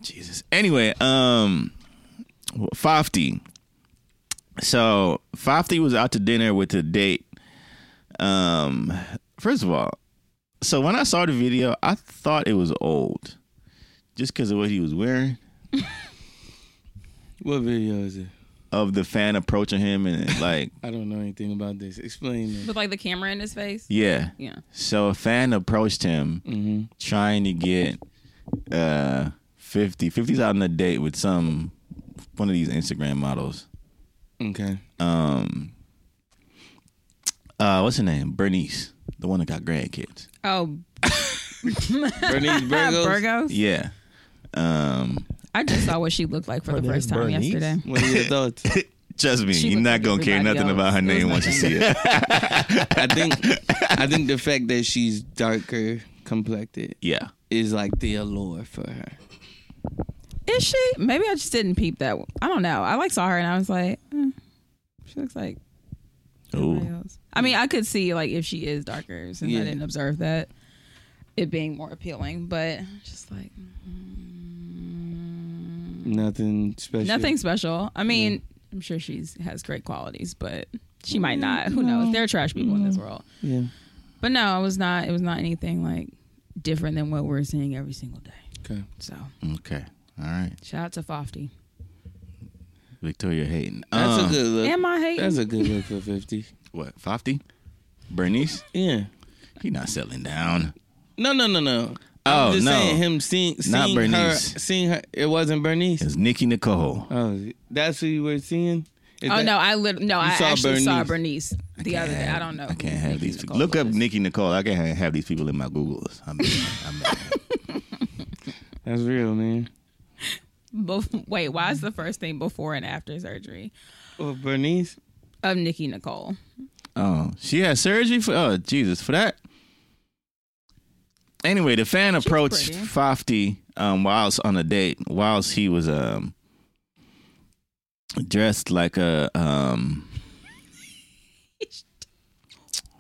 Jesus. Anyway, um, Fafty. So Fafty was out to dinner with a date. Um, first of all, so when I saw the video, I thought it was old, just because of what he was wearing.
What video is it?
of the fan approaching him
(laughs)
and like
I don't know anything about this. Explain that.
With like the camera in his face.
yeah
Yeah.
so a fan approached him
Mm-hmm.
trying to get uh 50 50's out on a date with some one of these instagram models
Okay.
um uh what's her name bernice the one that got grandkids
Oh,
Bernice Burgos.
Burgos.
yeah um
I just saw what she looked like for the
Bernice
first time
Bernice?
yesterday.
What are your thoughts?
trust me
She
you're
looked
not
like
gonna care
everybody
nothing about
else.
her
It was
name
like-
once you see
(laughs)
it
I think I think the fact that she's darker complected
yeah
is like the allure for her.
Is she? Maybe I just didn't peep that. one. I don't know. I like saw her and I was like, eh, she looks like everybody
Ooh.
else. I mean, I could see like if she is darker since
Yeah.
I didn't observe that it being more appealing, but just like
Nothing special.
nothing special. I mean, I'm sure she's has great qualities, but she might
Mm,
not. Who knows? There are trash people in this
Mm-hmm.
world.
Yeah.
But no, it was not. It was not anything like different than what we're seeing every single day.
Okay.
So
okay all right
shout out to Fofty.
victoria hayden
That's
Uh,
a good look.
Am I hating?
That's a good look for fifty.
what 50 bernice
Yeah.
he not settling down
No, no, no, no.
Oh,
I'm just
no.
saying him seeing, seeing
Not
her
Bernice.
seeing her it wasn't Bernice.
It's Nikki Nicole.
Oh, that's who you were seeing? Is
Oh
that-
no, I lit- no, I
saw
actually saw Bernice
Bernice.
the other day. I don't know.
I can't have
Nicki
these.
Nicole
people. Look up
was.
Nikki Nicole. I can't ha- have these people in my Googles. I'm bad. I'm
(laughs)
bad.
That's real, man.
Bef- wait, why is the first thing before and after surgery
Oh, Bernice?
of Nikki Nicole?
oh, she had surgery for. Oh, Jesus, for that. Anyway, the fan
She's
approached
pretty.
Fafty um, whilst on a date, whilst he was um, dressed like a. Um,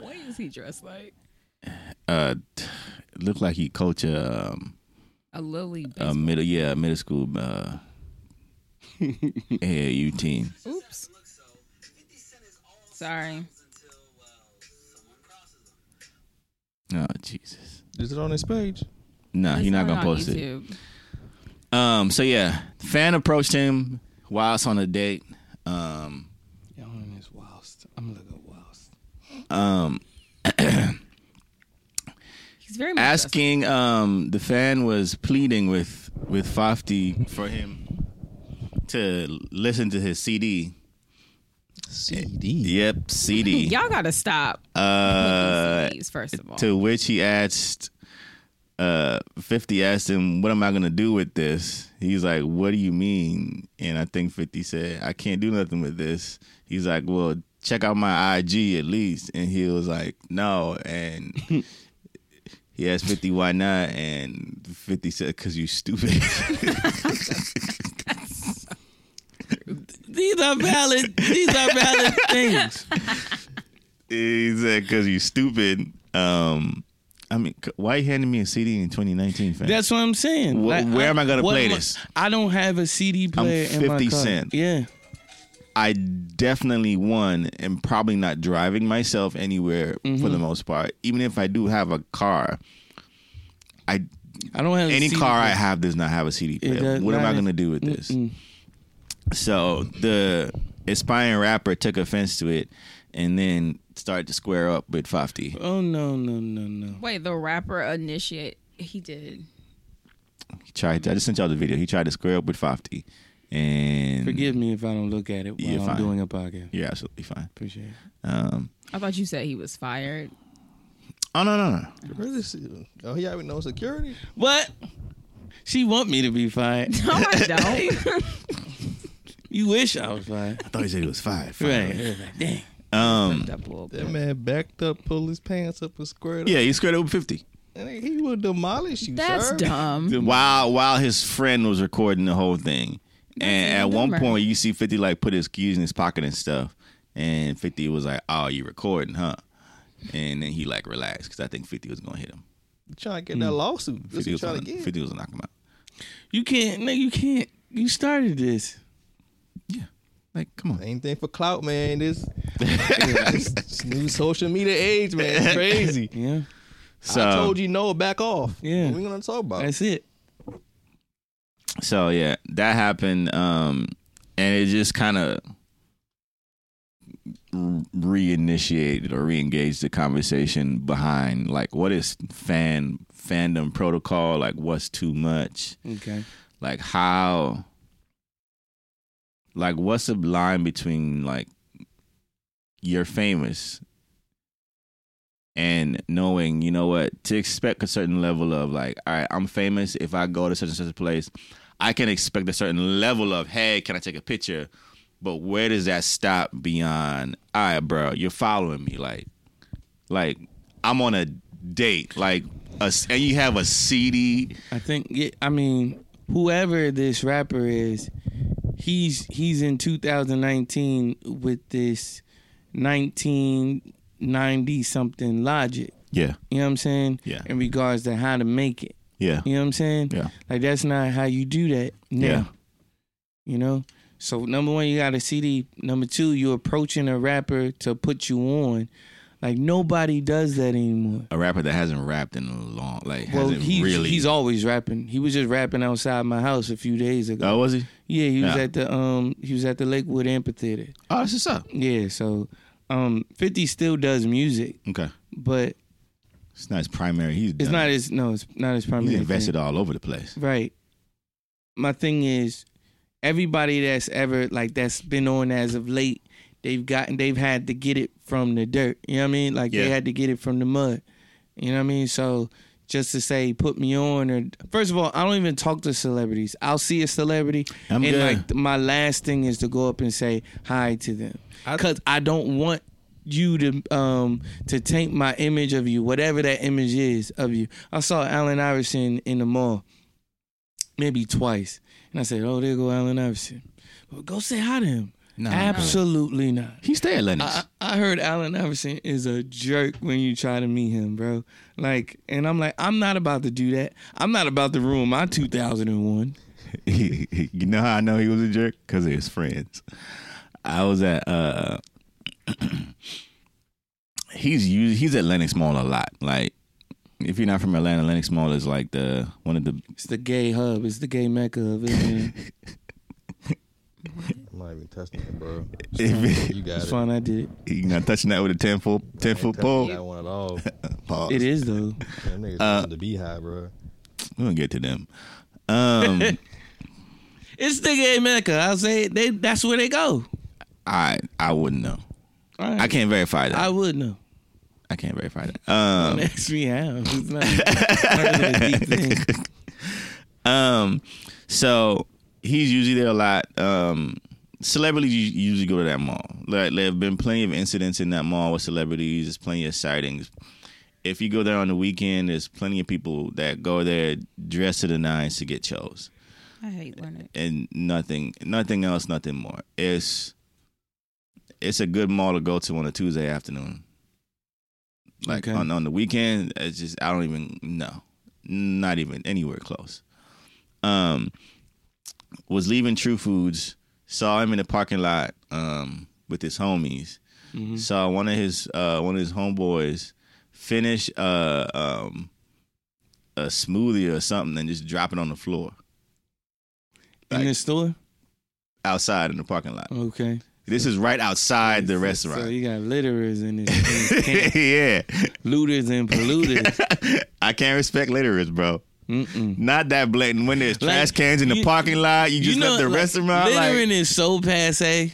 What is he dressed like?
uh, t- looked like he coached a, um,
A lily.
a middle, yeah, middle school uh, AAU team.
Oops. Sorry.
Oh, Jesus.
Is it on his page?
No, he's Uh, not gonna post it. Um, so yeah, fan approached him whilst on a date. Um,
Y'all in this whilst. I'm looking whilst.
um,
He's very much dressed-
asking um, the fan was pleading with with Fafty for him to listen to his CD.
CD.
Yep, CD.
Y'all gotta stop. with
uh,
these CDs, first of all.
to which he asked, uh, 50 asked him, What am I going to do with this? He's like, What do you mean? And I think 50 said, I can't do nothing with this. He's like, Well, check out my IG at least. And he was like, No. And he asked 50, Why not? And 50 said, Because you stupid. (laughs)
These are valid. These are valid things.
he said, Because you stupid. Um, I mean, c- why you handing me a CD in 2019, fam?
That's what I'm saying.
Wh- where am I gonna
what
play
am I-
this?
I don't have a CD player. in my
50
car.
Cent.
Yeah.
I definitely one am probably not driving myself anywhere for
Mm-hmm.
the most part. Even if I do have a car, I
I don't have a
any
CD
car I
player.
have does not have a CD player.
does
What am
not.
I going to do with this? So the aspiring rapper took offense to it and then started to square up with Fafty.
Oh no no no no.
Wait, the rapper initiate. He did.
He tried. I just sent y'all the video. He tried to square up with Fafty, and
Forgive me if I don't look at it while
You're
I'm
fine.
doing a podcast.
you're absolutely fine.
Appreciate it.
Um,
I thought you said he was fired. (laughs)
oh no
(laughs)
no no.
Oh, he already knows security.
What? She want me to be fired.
No, I don't.
(laughs)
(laughs)
You wish I was
(laughs)
fired.
I thought he said he was five.
Right. It was like, Dang.
Um.
That bull.
That man backed up, pulled his pants up, and squared up.
Yeah, he squared up with Fifty.
And he will demolish you,
That's
sir.
dumb.
while while his friend was recording the whole thing. And at one
dumber.
point, you see Fifty like put his keys in his pocket and stuff, and Fifty was like, "Oh, you recording, huh?" And then he like relaxed because I think Fifty was gonna hit him.
Trying to get that lawsuit. That's what
50
you
was,
trying
gonna,
to get.
50 was gonna knock him out.
Mm. You can't. No, you can't. You
(laughs)
started this.
Like, come on,
Anything for clout, man. This, this, this new social media age, man. It's crazy.
Yeah.
so
I told you no, back off.
Yeah.
We're gonna talk about it.
That's it.
so yeah, that happened, um, and it just kind of reinitiated or re-engaged the conversation behind like what is fan fandom protocol like what's too much
Okay.
like how like what's the line between like you're famous and knowing you know what to expect a certain level of like all right i'm famous if i go to such and such a place i can expect a certain level of hey can i take a picture but where does that stop beyond all right bro you're following me like like i'm on a date like a, and you have a cd
I think. Yeah, I mean, whoever this rapper is, he's he's in 2019 with this 1990 something logic.
yeah
You know what I'm saying?
Yeah.
In regards to how to make it.
yeah
You know what I'm saying?
Yeah.
Like that's not how you do that now.
Yeah.
You know? So number one, you got a CD. Number two, you're approaching a rapper to put you on. Like nobody does that anymore.
a rapper that hasn't rapped in a long like
Well,
hasn't
he's
really
he's always rapping. He was just rapping outside my house a few days ago.
oh was he
yeah, he was
yeah.
at the um he was at the Lakewood Amphitheater.
oh that's what's up
Yeah, so um Fifty still does music,
okay
but
it's not his primary he's
it's
done.
not his no, it's not his primary.
he's
thing.
invested all over the place
Right. My thing is, everybody that's ever like that's been on as of late, they've gotten they've had to get it from the dirt. You know what I mean? Like they
Yeah.
had to get it from the mud. You know what I mean? So just to say, put me on, or first of all, I don't even talk to celebrities. I'll see a celebrity,
I'm
and
good.
like my last thing is to go up and say hi to them
I-
because I don't want you to um to taint my image of you, whatever that image is of you. I saw Allen Iverson in the mall maybe twice, and I said, "Oh, there go Allen Iverson." Well, go say hi to him.
No.
Absolutely not.
he stay at lennox
I, I heard Allen Iverson is a jerk when you try to meet him, bro. Like, and I'm like, I'm not about to do that. I'm not about to ruin my 2001.
(laughs) you know how I know he was a jerk? Because of his friends. I was at uh (clears throat) he's used he's at Lennox Mall a lot. Like if you're not from Atlanta, Lennox Mall is like the one of the
It's the gay hub. It's the gay mecca of it.
I'm not even touching it, bro. (laughs)
if (laughs)
You got
It's
it.
fine. I did it.
you're not touching that with a ten foot ten foot pole.
That one at all.
(laughs) Pause.
It is
(laughs)
though.
Them niggas
Uh,
touching the beehive, bro.
We're gonna get to them. Um
It's the gay mecca. I'll say it. they. That's where they go.
I I wouldn't know.
All right.
I can't verify that.
I
I,
would know. (laughs)
I can't verify that. Um,
Don't ask me how. It's not, not really
(laughs)
a deep thing.
Um, so he's usually there a lot. Um, celebrities us- usually go to that mall. Like there have been plenty of incidents in that mall with celebrities. There's plenty of sightings. If you go there on the weekend, there's plenty of people that go there dressed to the nines to get chose,
I hate learning.
and nothing, nothing else, nothing more. It's it's a good mall to go to on a Tuesday afternoon. Like
Okay.
on on the weekend, it's just I don't even know, not even anywhere close. Um, was leaving True Foods, saw him in the parking lot um with his homies.
Mm-hmm.
Saw one of his uh one of his homeboys finish uh um a smoothie or something and just drop it on the floor
In the store?
outside in the parking lot.
Okay.
This is right outside the (laughs)
So
restaurant.
you got litterers in this, in
(laughs)
this camp.
yeah.
looters and polluters.
I can't respect litterists, bro.
Mm-mm.
Not that blatant. When there's trash cans in the
you-
parking lot, (laughs) you just left the
like,
restaurant.
Littering
Like,
is so passe.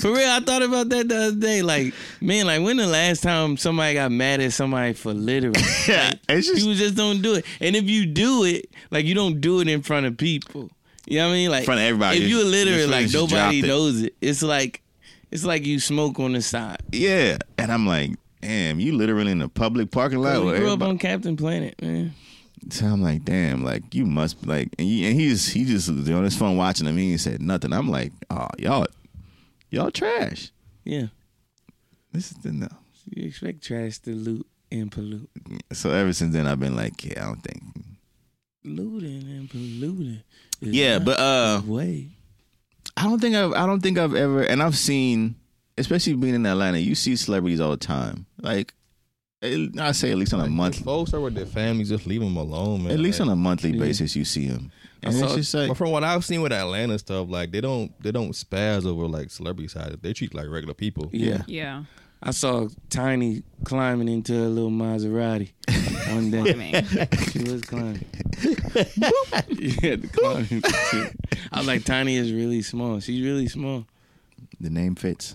For real, I thought about that the other day. Like, man, like when the last time somebody got mad at somebody
(laughs)
for littering?
(laughs) yeah, it's just
People just don't do it. And if you do it, like you don't do it in front of people. You know what I mean? Like
In front of everybody.
If
Just-
you
just
illiterate, like
finish, just
nobody
drop it.
knows it. It's like it's like you smoke on the side.
yeah. And I'm like, damn, you literally in the public parking lot. where
we grew up
Oh, everybody-
on Captain Planet, man.
So I'm like, damn, like you must like, and, he, and he's he just was on his phone watching him. He ain't said nothing. I'm like, oh y'all, y'all trash.
Yeah,
This is the no.
you expect trash to loot and pollute,
So ever since then, I've been like, yeah, I don't think.
looting and polluting. is
Yeah,
not
but uh,
the way
I don't think I've I don't think I've ever and I've seen especially being in Atlanta, you see celebrities all the time. Like it- I say at least on a monthly
Folks are with their families. Just leave them alone, man.
at least
Like,
on a monthly basis you see them. And
I
it's
saw-
just like
but from what I've seen with Atlanta stuff, like they don't they don't spaz over like celebrity side. They treat like regular people.
yeah.
Yeah.
I saw Tiny climbing into a little Maserati one day. She was climbing. you had to climb into it. I was like, Tiny is really small. She's really small.
The name fits.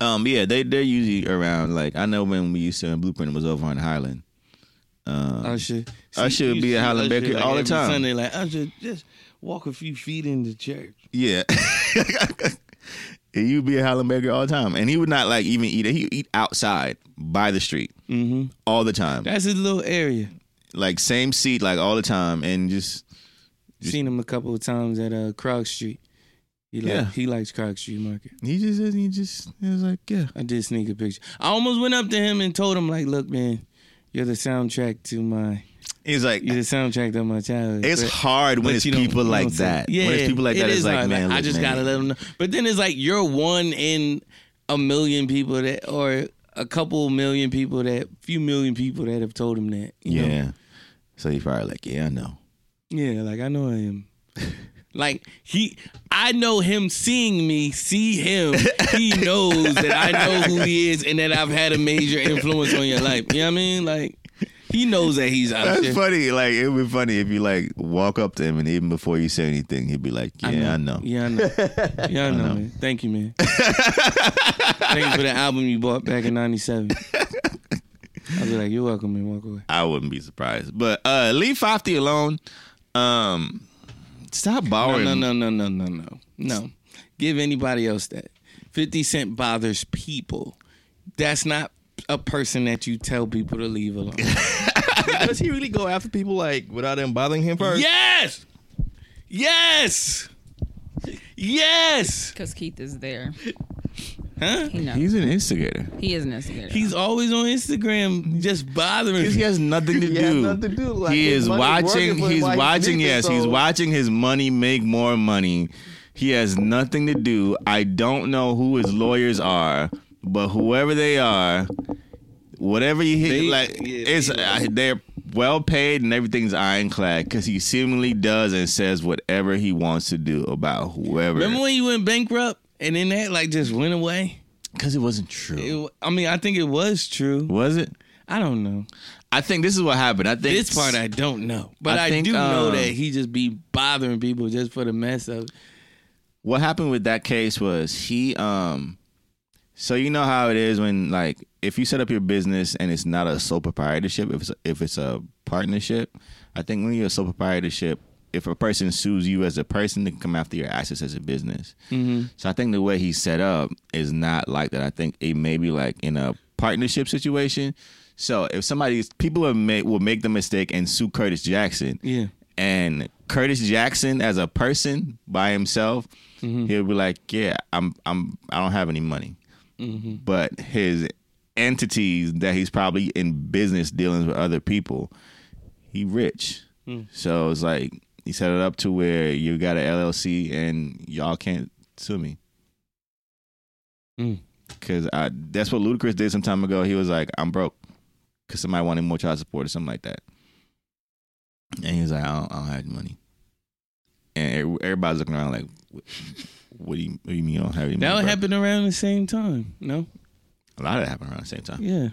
Um yeah, they they're usually around like I know when we used to when Blueprint was over on Highland. Um
Usher.
Usher
See, you
be at
see
Highland
Usher,
Bakery
like,
all the
every
time.
Sunday, like, Usher, just walk a few feet into church.
Yeah. (laughs) And you'd be a Highland Baker all the time. And he would not like even eat it. He eat outside by the street
Mhm.
all the time.
That's his little area.
like same seat like all the time and just
Seen him a couple of times at uh, Croc Street. He, like,
Yeah.
he likes Croc Street Market.
he just he just it was like yeah
I did sneak a picture. I almost went up to him and told him, like, look, man, you're the soundtrack to my,
he's like
you're the soundtrack to my childhood.
it's
But-
hard when
but
it's
you don't-
people
you
like
don't say-
that when it's people like
it
that it's
is
like
hard.
man
I
look,
just
man.
gotta let them know. But then it's like you're one in a million people that, or a couple million people that, few million people that have told him that. you know?
yeah so he's probably like yeah I know
Yeah, like I know I am. (laughs) Like he, I know him seeing me, see him. (laughs) He knows that I know who he is and that I've had a major influence on your life. You know what I mean? Like he knows that he's out
that's
there.
funny like it would be funny if you like walk up to him and even before you say anything he'd be like yeah I know,
Yeah, I know. Yeah, (laughs) I know, man. Thank you, (laughs) man. Thank you for the album you bought back in '97. I'll be like, you're welcome, and walk away.
I wouldn't be surprised but uh leave Fofty alone um stop borrowing
No, no, no, no, no, no, no. No. Give anybody else that. 50 Cent bothers people. That's not a person that you tell people to leave (laughs) alone.
Does he really go after people like without them bothering him first?
yes! Yes! Yes!
Because Keith is there.
Huh?
He knows.
he's an instigator
he is an instigator.
He's always on Instagram just
(laughs)
bothering
He
people.
has nothing to do. he is watching. He's watching. Yes, he's watching his money make more money. He has nothing to do. I don't know who his lawyers are, but whoever they are, whatever you hit,
They-
like
yeah,
it's
they-
uh, they're well paid and everything's ironclad because he seemingly does and says whatever he wants to do about
Remember
whoever
when you went bankrupt and then that like just went away?
because it wasn't true.
It- I mean, I think it was true.
was it?
I don't know.
I think this is what happened. I think
This part I don't know, but
I
I, uh,
think,
do know
um,
that he just be bothering people just for the mess of. it.
what happened with that case was he um So you know how it is when like if you set up your business and it's not a sole proprietorship, if it's if it's a partnership, I think when you're a sole proprietorship, if a person sues you as a person, they can come after your assets as a business.
Mhm.
So I think the way he's set up is not like that. I think it may be like in a partnership situation. So if somebody's people are make, will make the mistake and sue Curtis Jackson,
Yeah.
and Curtis Jackson as a person by himself, he'll be like, "Yeah, I'm, I'm, I don't have any money."
Mm-hmm.
But his entities that he's probably in business dealings with other people, he rich.
Mm.
So it's like he set it up to where you got an LLC and y'all can't sue me.
Mm.
Cause I, that's what Ludacris did some time ago. He was like, "I'm broke," cause somebody wanted more child support or something like that. And he was like, "I don't, I don't have any money." And every- everybody's looking around like, "What, what do you what do you mean you don't have any
That
money?"
would
bro?"
happen around the same time. No.
A lot of that happened around the same time.
Yeah.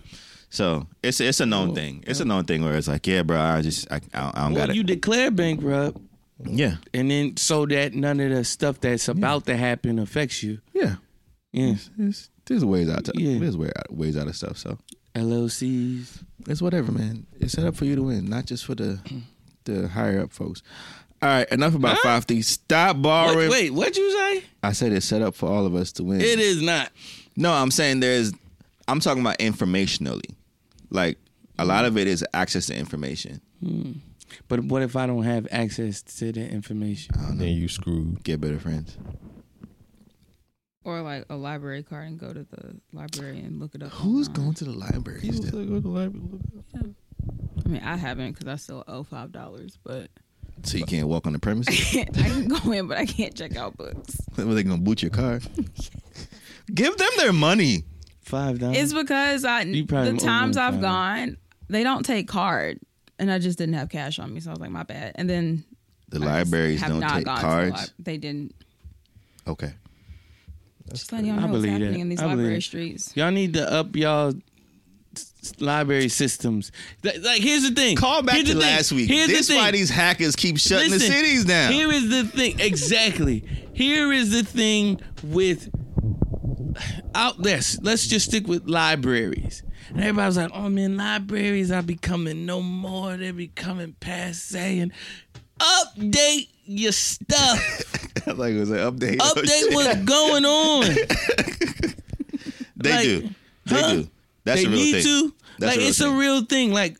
So it's it's a known
Cool.
thing. It's a known thing where it's like, yeah, bro, I just I I, I don't
Well,
got it.
you declare bankrupt,
yeah,
and then so that none of the stuff that's about to happen affects you.
yeah.
Yeah.
There's, there's ways out. To,
Yeah.
There's way out, ways out of stuff. So
LLCs.
it's whatever, man. It's set up for you to win, not just for the the higher up folks. All right, enough about
Huh?
five thieves. Stop borrowing.
What, wait, what'd you say?
I said it's set up for all of us to win.
It is not.
No, I'm saying there's. I'm talking about informationally, like a lot of it is access to information.
But what if I don't have access to the information?
Then you screwed.
Get better friends.
Or like a library card and go to the library and look it up.
Who's
online.
going to the library? still?
I mean, I haven't because I still owe five dollars, but
So you can't walk on the premises.
(laughs)
I can (laughs) go in, but I can't check out books.
Were they gonna boot your car? Give them their money.
Five dollars.
It's because I
You probably
the
owe
times
them five.
I've gone, they don't take card, and I just didn't have cash on me, so I was like, my bad. And then
The
I just
libraries
have
don't
not
take
gone to the lib-
cards.
they didn't.
Okay.
just letting y'all
I
know what's
believe
happening
that.
in these
I
library
believe-
streets.
Y'all need to up y'all s- s- library systems. Th- like, here's the thing.
Call back
Here's
to
the thing.
last week.
Here's the
this
thing.
why these hackers keep shutting
Listen,
the cities down.
Here is the thing. Exactly. Here is the thing with out this. Let's just stick with libraries. And everybody's like, oh man, libraries are becoming no more. They're becoming passe. And update
(laughs)
your stuff.
(laughs) like it was an update. (laughs)
update what's going on.
They
Like,
do. They
huh?
do. That's
they
a real
need
thing.
to.
That's
like
a real
it's
thing.
a real thing. Like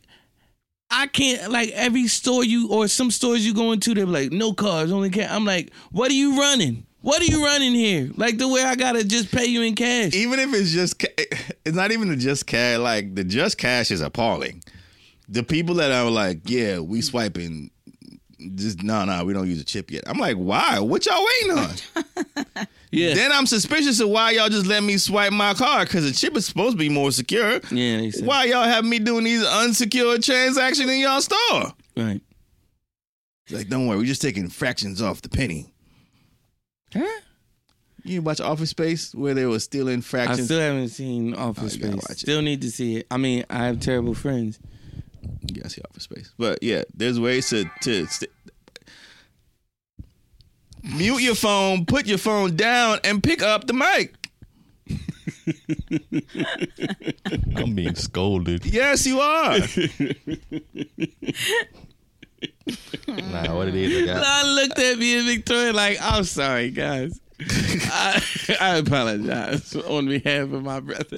I can't. Like every store you or some stores you go into, they're like no cards, only cash. I'm like, what are you running? What are you running here? Like the way I gotta just pay you in cash.
even if it's just ca- it's not even the just cash like the just cash is appalling the people that are like yeah we swiping just no no we don't use a chip yet i'm like why what y'all waiting on
Yeah.
then i'm suspicious of why y'all just let me swipe my card because the chip is supposed to be more secure
yeah. They said,
why y'all have me doing these unsecured transactions in y'all store
Right.
It's like don't worry we're just taking fractions off the penny
Huh?
you watch office space where they were stealing
I
fractions
still haven't seen Office
Oh, you gotta
Space.
watch it.
Still need to see it. I mean, I have terrible friends.
Yeah, I see office space. But yeah, there's ways to to st- mute your phone, put your phone down, and pick up the mic.
(laughs) I'm being scolded.
Yes, you are.
(laughs) nah, what it is, I got.
I looked at me and Victoria like, I'm
(laughs)
sorry, guys. I, I apologize on behalf of my brother.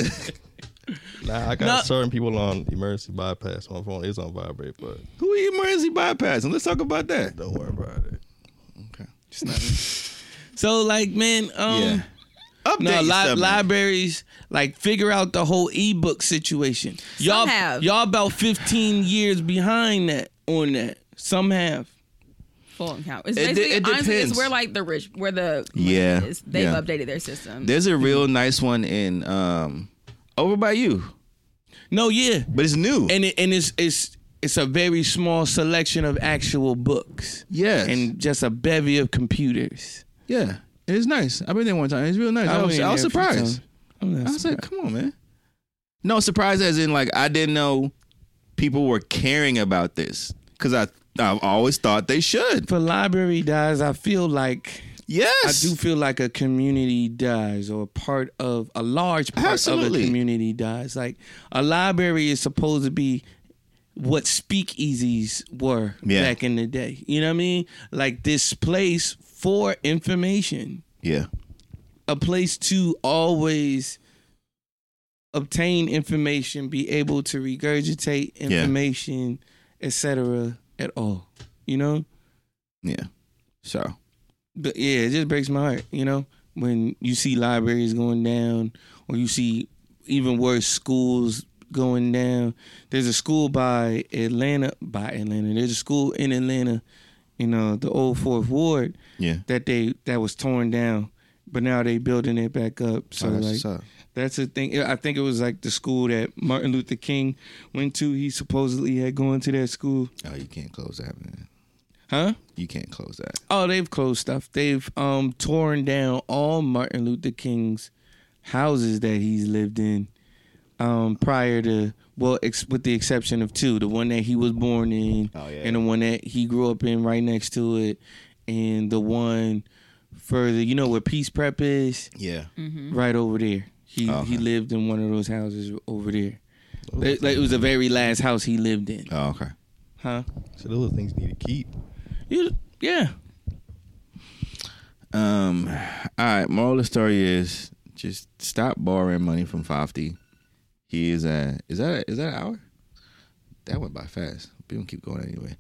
Nah, I got
Nah.
certain people on emergency bypass. My phone is on vibrate, but
Who eat emergency bypass? And let's talk about that.
don't worry about it.
So like, man, um,
Yeah. Update
No,
your
li-
stuff, man.
libraries like figure out the whole ebook situation. y'all
have.
y'all about 15 years behind that on that. Some have.
Full account. It's
It de-
basically
it
honestly,
depends.
it's where like the rich, where the money
Yeah,
is. they've
yeah.
updated their system.
There's a real nice one in um over by you,
No, yeah.
but it's new.
And it, and it's it's it's a very small selection of actual books
yes,
and just a bevy of computers.
yeah, it's nice. I've been there one time. It's real nice. I, was,
went in
I was
there a few
surprised.
times. I'm not
I was like, come on, man. No, surprise as in like I didn't know people were caring about this because I I've always thought they should.
for library guys, I feel like
Yes.
I do feel like a community dies or part of a large part of
Absolutely.
a community dies. Like a library is supposed to be what speakeasies were
Yeah.
back in the day. You know what I mean? Like this place for information,
Yeah.
a place to always obtain information, be able to regurgitate information, etc. at all. You know?
Yeah. So
but yeah, it just breaks my heart, you know, when you see libraries going down or you see even worse schools going down. There's a school by Atlanta, by Atlanta. There's a school in Atlanta, you know, the old Fourth Ward
yeah.
that they that was torn down, but now they building it back up. So
Oh, that's what's
like
up.
that's the thing. I think it was like the school that Martin Luther King went to. He supposedly had gone to that school,
Oh, you can't close that, man.
huh?
You can't close that.
Oh, they've closed stuff. They've um torn down all Martin Luther King's houses that he's lived in um prior to well ex- with the exception of two, the one that he was born in and the one that he grew up in right next to it and the one further, you know where Peace Prep is?
Yeah.
Right over there. He he lived in one of those houses over there. Like like, it was the very last house he lived in.
Oh, okay.
Huh?
So those little things need to keep.
You- yeah.
Um. All right. Moral of the story is just stop borrowing money from Fafty. He is a. Is that a, is that an hour? That went by fast. We gonna keep going anyway.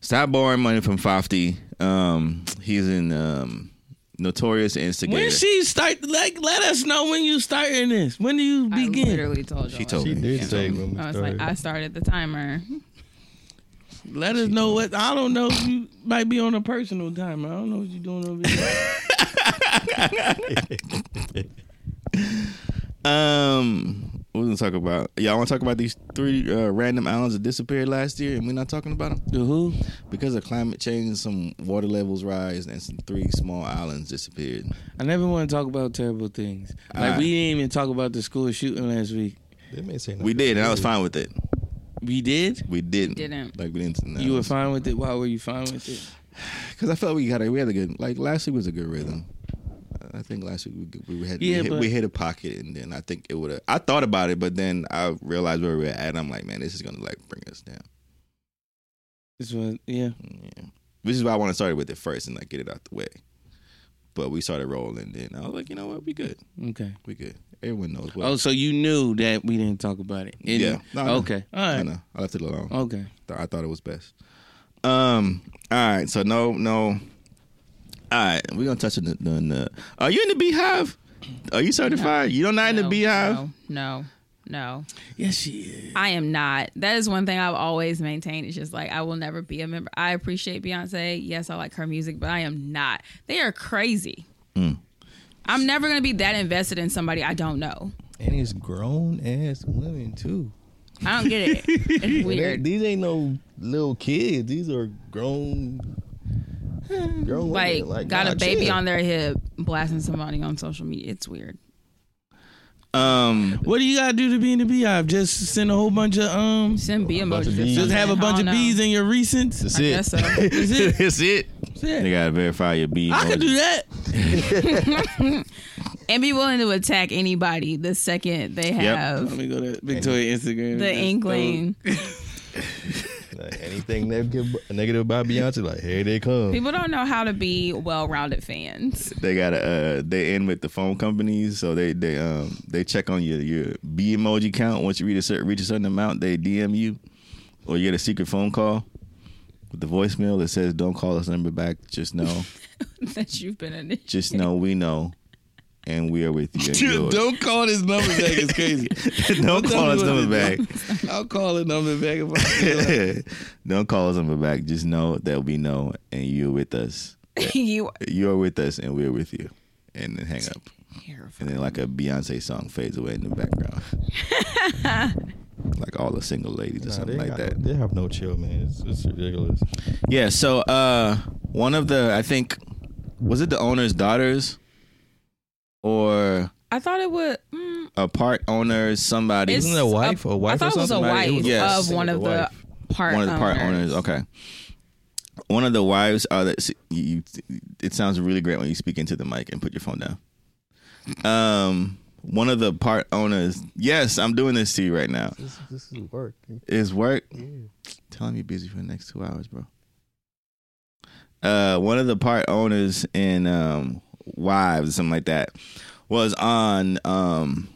Stop borrowing money from Fafty. Um. He's in um. Notorious instigator.
When she start, like, let us know when you starting this. When do you
I
begin?
literally told you.
she told
She
me.
did
She
say
told
when
me.
we
I was like,
started.
I started the timer.
Let us know what. I don't know. You might be on a personal timer. I don't know what you're doing over there.
(laughs) Um, we're gonna talk about. Y'all want to talk about these three uh, random islands that disappeared last year, and we're not talking about them
the who?
because of climate change. Some water levels rise, and some three small islands disappeared.
I never want to talk about terrible things. Like
Alright.
we didn't even talk about the school shooting last week.
They may say
We did, and I was fine with it.
We did.
We didn't.
Didn't.
Like we didn't.
You were fine with it. Why were you fine with it?
because I felt we got a, we had a good like last week was a good rhythm. I think last week we, we had
Yeah,
we, hit,
but-
we hit a pocket, and then I think it would have. I thought about it, but then I realized where we were at. And I'm like, man, this is gonna like bring us down.
This was yeah.
Yeah. Which is why I want to start with it first and like get it out the way. But we started rolling then. I was like, you know what, we good.
Okay.
We good. Everyone knows what
Oh, so you knew that we didn't talk about it. It-
Yeah. No, I know.
okay. All
I
right.
know. I left it alone.
Okay.
Th- I thought it was best. Um, all right, so no, no. All right, we're gonna touch on the, on the Are you in the beehive? Are you certified? You don't not in the
No,
beehive?
No, no, no.
Yes, she is.
I am not. That is one thing I've always maintained. It's just like I will never be a member. I appreciate Beyonce. Yes, I like her music, but I am not. They are crazy.
Mm.
I'm never gonna be that invested in somebody I don't know.
and it's grown ass women too.
I don't get it. It's weird.
These ain't no little kids. These are grown. grown
Like,
women.
got a
God,
baby
chill.
on their hip, blasting somebody on social media. It's weird.
Um,
What do you gotta do to be in the beehive? Just send a whole bunch of um.
Send bee
bunch of
emojis.
bees.
Just have a bunch of bees in your recents.
that's
I
it. (laughs)
guess so.
Is it?
that's it. They gotta verify your bee.
I could do that.
and be willing to attack anybody the second they have
Let me go to Victoria Instagram.
the inkling.
Like, anything negative, negative about Beyonce, like here they come.
People don't know how to be well-rounded fans. (laughs)
They gotta. Uh, they end with the phone companies, so they they um they check on your your bee emoji count. Once you reach a certain reach a certain amount, they DM you, or you get a secret phone call with the voicemail that says, "Don't call this number back. Just know."
that you've been in.
Just know we know, and we are with you. and yours.
don't call his number back. It's crazy.
(laughs) don't call us
tell me
number back.
(laughs) I'll call his number back.
(laughs)
If I
don't call us number back. Just know that we know, and you're with us.
(laughs) you
You're with us, and we're with you. And then hang up. And then like a Beyonce song fades away in the background, like all the single ladies or
Nah,
something
they
like
got-
that.
They have no chill, man. It's, it's ridiculous.
Yeah. So uh, one of the I think was it the owner's daughters or
I thought it would. Mm,
a part owner somebody
it's
Isn't it a wife? A wife
I thought
or
it was a
something? Like,
wife
it was-
Yes.
of one
It
of
was a
the part
one of the part owners. Okay. One of the wives are that uh, you, you it sounds really great when you speak into the mic and put your phone down. Um, one of the part owners. Yes, I'm doing this to you right now.
This, this is work.
Is work telling me busy for the next two hours, bro. Uh, one of the part owners and um, wives, or something like that, was on um,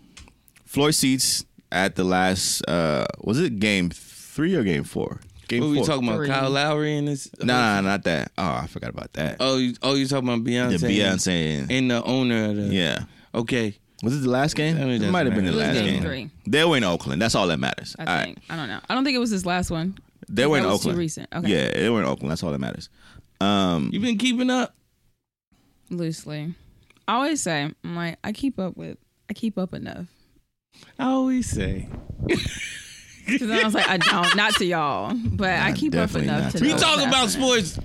floor seats at the last. Uh, was it game three or game four? Game
What we talking about? Kyle Lowry and this?
No, nah, not that. Oh, I forgot about that.
Oh, you, oh, you talking about
the
Beyonce?
Beyonce. and-
and the owner of the.
yeah.
Okay.
Was it the last game?
I mean,
It
doesn't
might have been the
matter.
It was
last
game
game.
three.
They were in Oakland. That's all that matters.
I
All right.
think. I don't know. I don't think it was his last one.
They were in
That was too
Oakland.
recent. Okay.
Yeah, they were in Oakland. That's all that matters. Um,
You been keeping up?
Loosely. I always say, I'm like, I keep up with, I keep up enough.
I always say.
Because then I was like, I don't, not to y'all, but I
Nah,
keep up
definitely
enough
not
to.
to
We
know
us.
what's
talk about
happening.
sports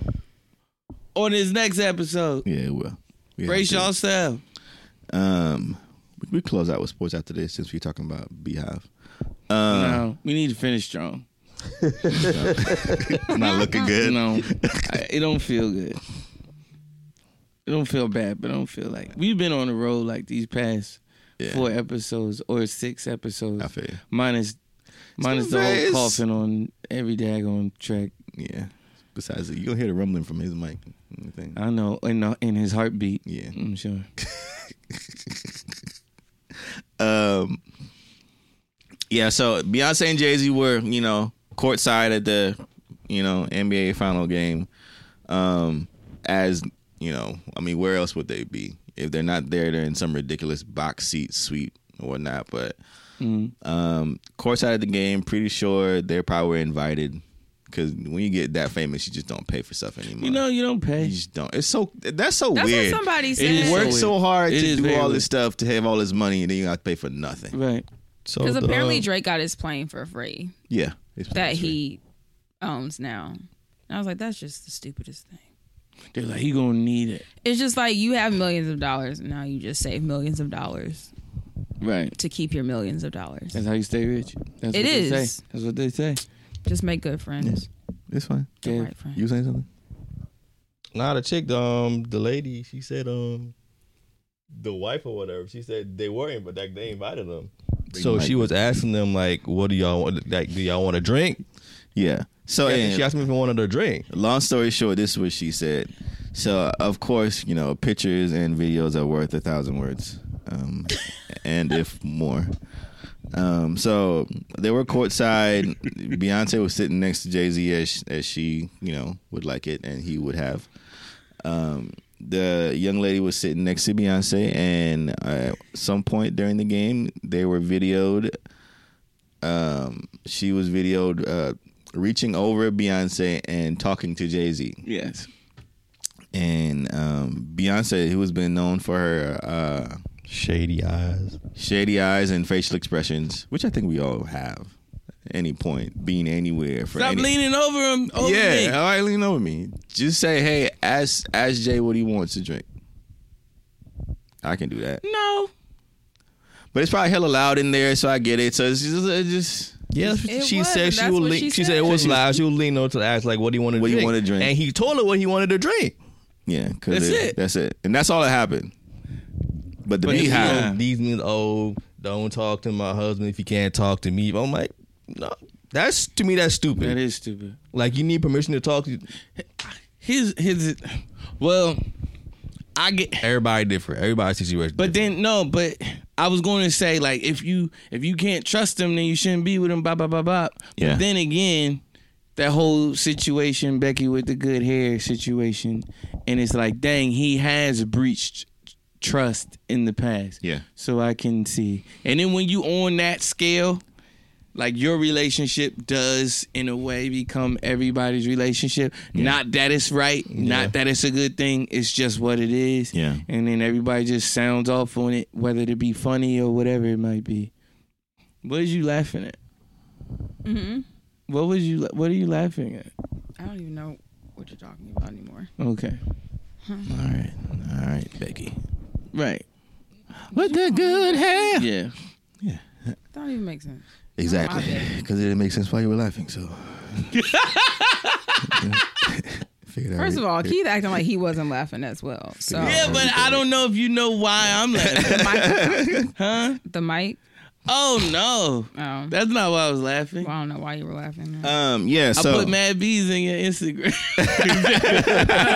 on this next episode.
yeah, well, we
Brace
have to.
yourself.
Um, we, we close out with sports after this since we're talking about Beehive. Uh-huh.
no, we need to finish strong.
Not
(laughs)
looking good.
No, I- it don't feel good. It don't feel bad, but I don't feel like we've been on the road like these past
Yeah.
four episodes or six episodes.
I feel you.
Minus, minus the
very-
whole
it's-
coughing on every daggone track.
Yeah. Besides, that, you gonna hear the rumbling from his mic. and thing.
I know in the, in his heartbeat.
Yeah.
I'm sure.
Um, yeah, so Beyonce and Jay Z were, you know, courtside at the, you know, NBA final game. Um, as you know, I mean, where else would they be if they're not there? They're in some ridiculous box seat suite or whatnot. But
Mm-hmm.
um, courtside at the game, pretty sure they probably were invited because when you get that famous, you just don't pay for stuff anymore.
You know you don't
You
pay.
just don't. It's so that's so
That's
weird.
what somebody
It is
said.
so
Work
weird.
so hard
It
to
is
do
very
all
weird.
this stuff to have all this money and then you have to pay for nothing. um,
Right.
So
Because
the,
apparently
uh,
Drake got his plane for free
Yeah. It's
that he owns now. And I was like, that's just the stupidest thing.
They're like, he gonna need it.
It's just like you have millions of dollars and now you just save millions of dollars
Right.
to keep your millions of dollars.
That's how you stay rich. That's what
It
They
is.
say. That's what they say.
Just make good friends.
It's fine.
The
Yeah.
right friends.
You saying something?
Nah, the chick, um, the lady, she said, um, the wife or whatever, she said they weren't, but like they invited them. So she was asking them like, "What do y'all want? Like, do y'all want a drink?"
Yeah. So
Yeah,
and
she asked me if I wanted a drink.
long story short, this is what she said. So of course, you know, pictures and videos are worth a thousand words, um, and if more. Um, so they were courtside. Beyonce was sitting next to Jay Z as as she, you know, would like it, and he would have. Um, the young lady was sitting next to Beyonce, and uh, at some point during the game, they were videoed. Um, she was videoed uh, reaching over Beyonce and talking to Jay Z
Yes.
and um, Beyonce, who has been known for her uh,
Shady eyes.
shady eyes and facial expressions, which I think we all have at any point, being anywhere for
Stop
any.
leaning over him. Over
yeah,
me.
all right, lean over me. Just say, hey, ask ask Jay what he wants to drink. I can do that,
No.
but it's probably hella loud in there, so I get it. So it's just, it's just
Yeah,
It
she
was,
said
and
she
that's
would.
what
Lean,
she
she, said it
said.
was live. She would lean over to ask like, "What do you want to
What do
drink?"
you wanna drink?
And he told her what he wanted to drink.
yeah, 'cause
That's it.
That's it, and that's all that happened. But the
But you
beehive,
know, these niggas, oh, don't talk to my husband if you can't talk to me. I'm like, no, that's to me that's stupid.
That is stupid.
like you need permission to talk to
His his. Well, I get.
everybody different. Everybody's situation.
But then no, but I was going to say like if you if you can't trust him, then you shouldn't be with him. Blah blah blah blah.
Yeah.
But then again, that whole situation, Becky with the good hair situation, and it's like, dang, he has breached trust in the past.
Yeah.
So I can see. And then when you on that scale, like your relationship does in a way become everybody's relationship. Not that it's right, not that it's a good thing, it's just what it is.
Yeah.
And then everybody just sounds off on it, whether it be funny or whatever it might be. What is you laughing at? Mm-hmm. What was you what are you laughing at?
I don't even know what you're talking about anymore.
Okay.
all right, all right, Becky,
Oh, Right.
with the good hair.
Yeah.
That don't even make sense.
Exactly,
Why?
(laughs)
because it didn't make sense why you were laughing. So
Figured out
First
we-
of all, Keith acting like he wasn't laughing as well. So
Yeah, but I don't know if you know why
(laughs)
I'm laughing.
(laughs) the mic.
Oh no,
Oh,
that's not why I was laughing.
well, I don't know why you were laughing. (laughs)
Um, yeah.
I
So
put Mad Bees in your Instagram.
no,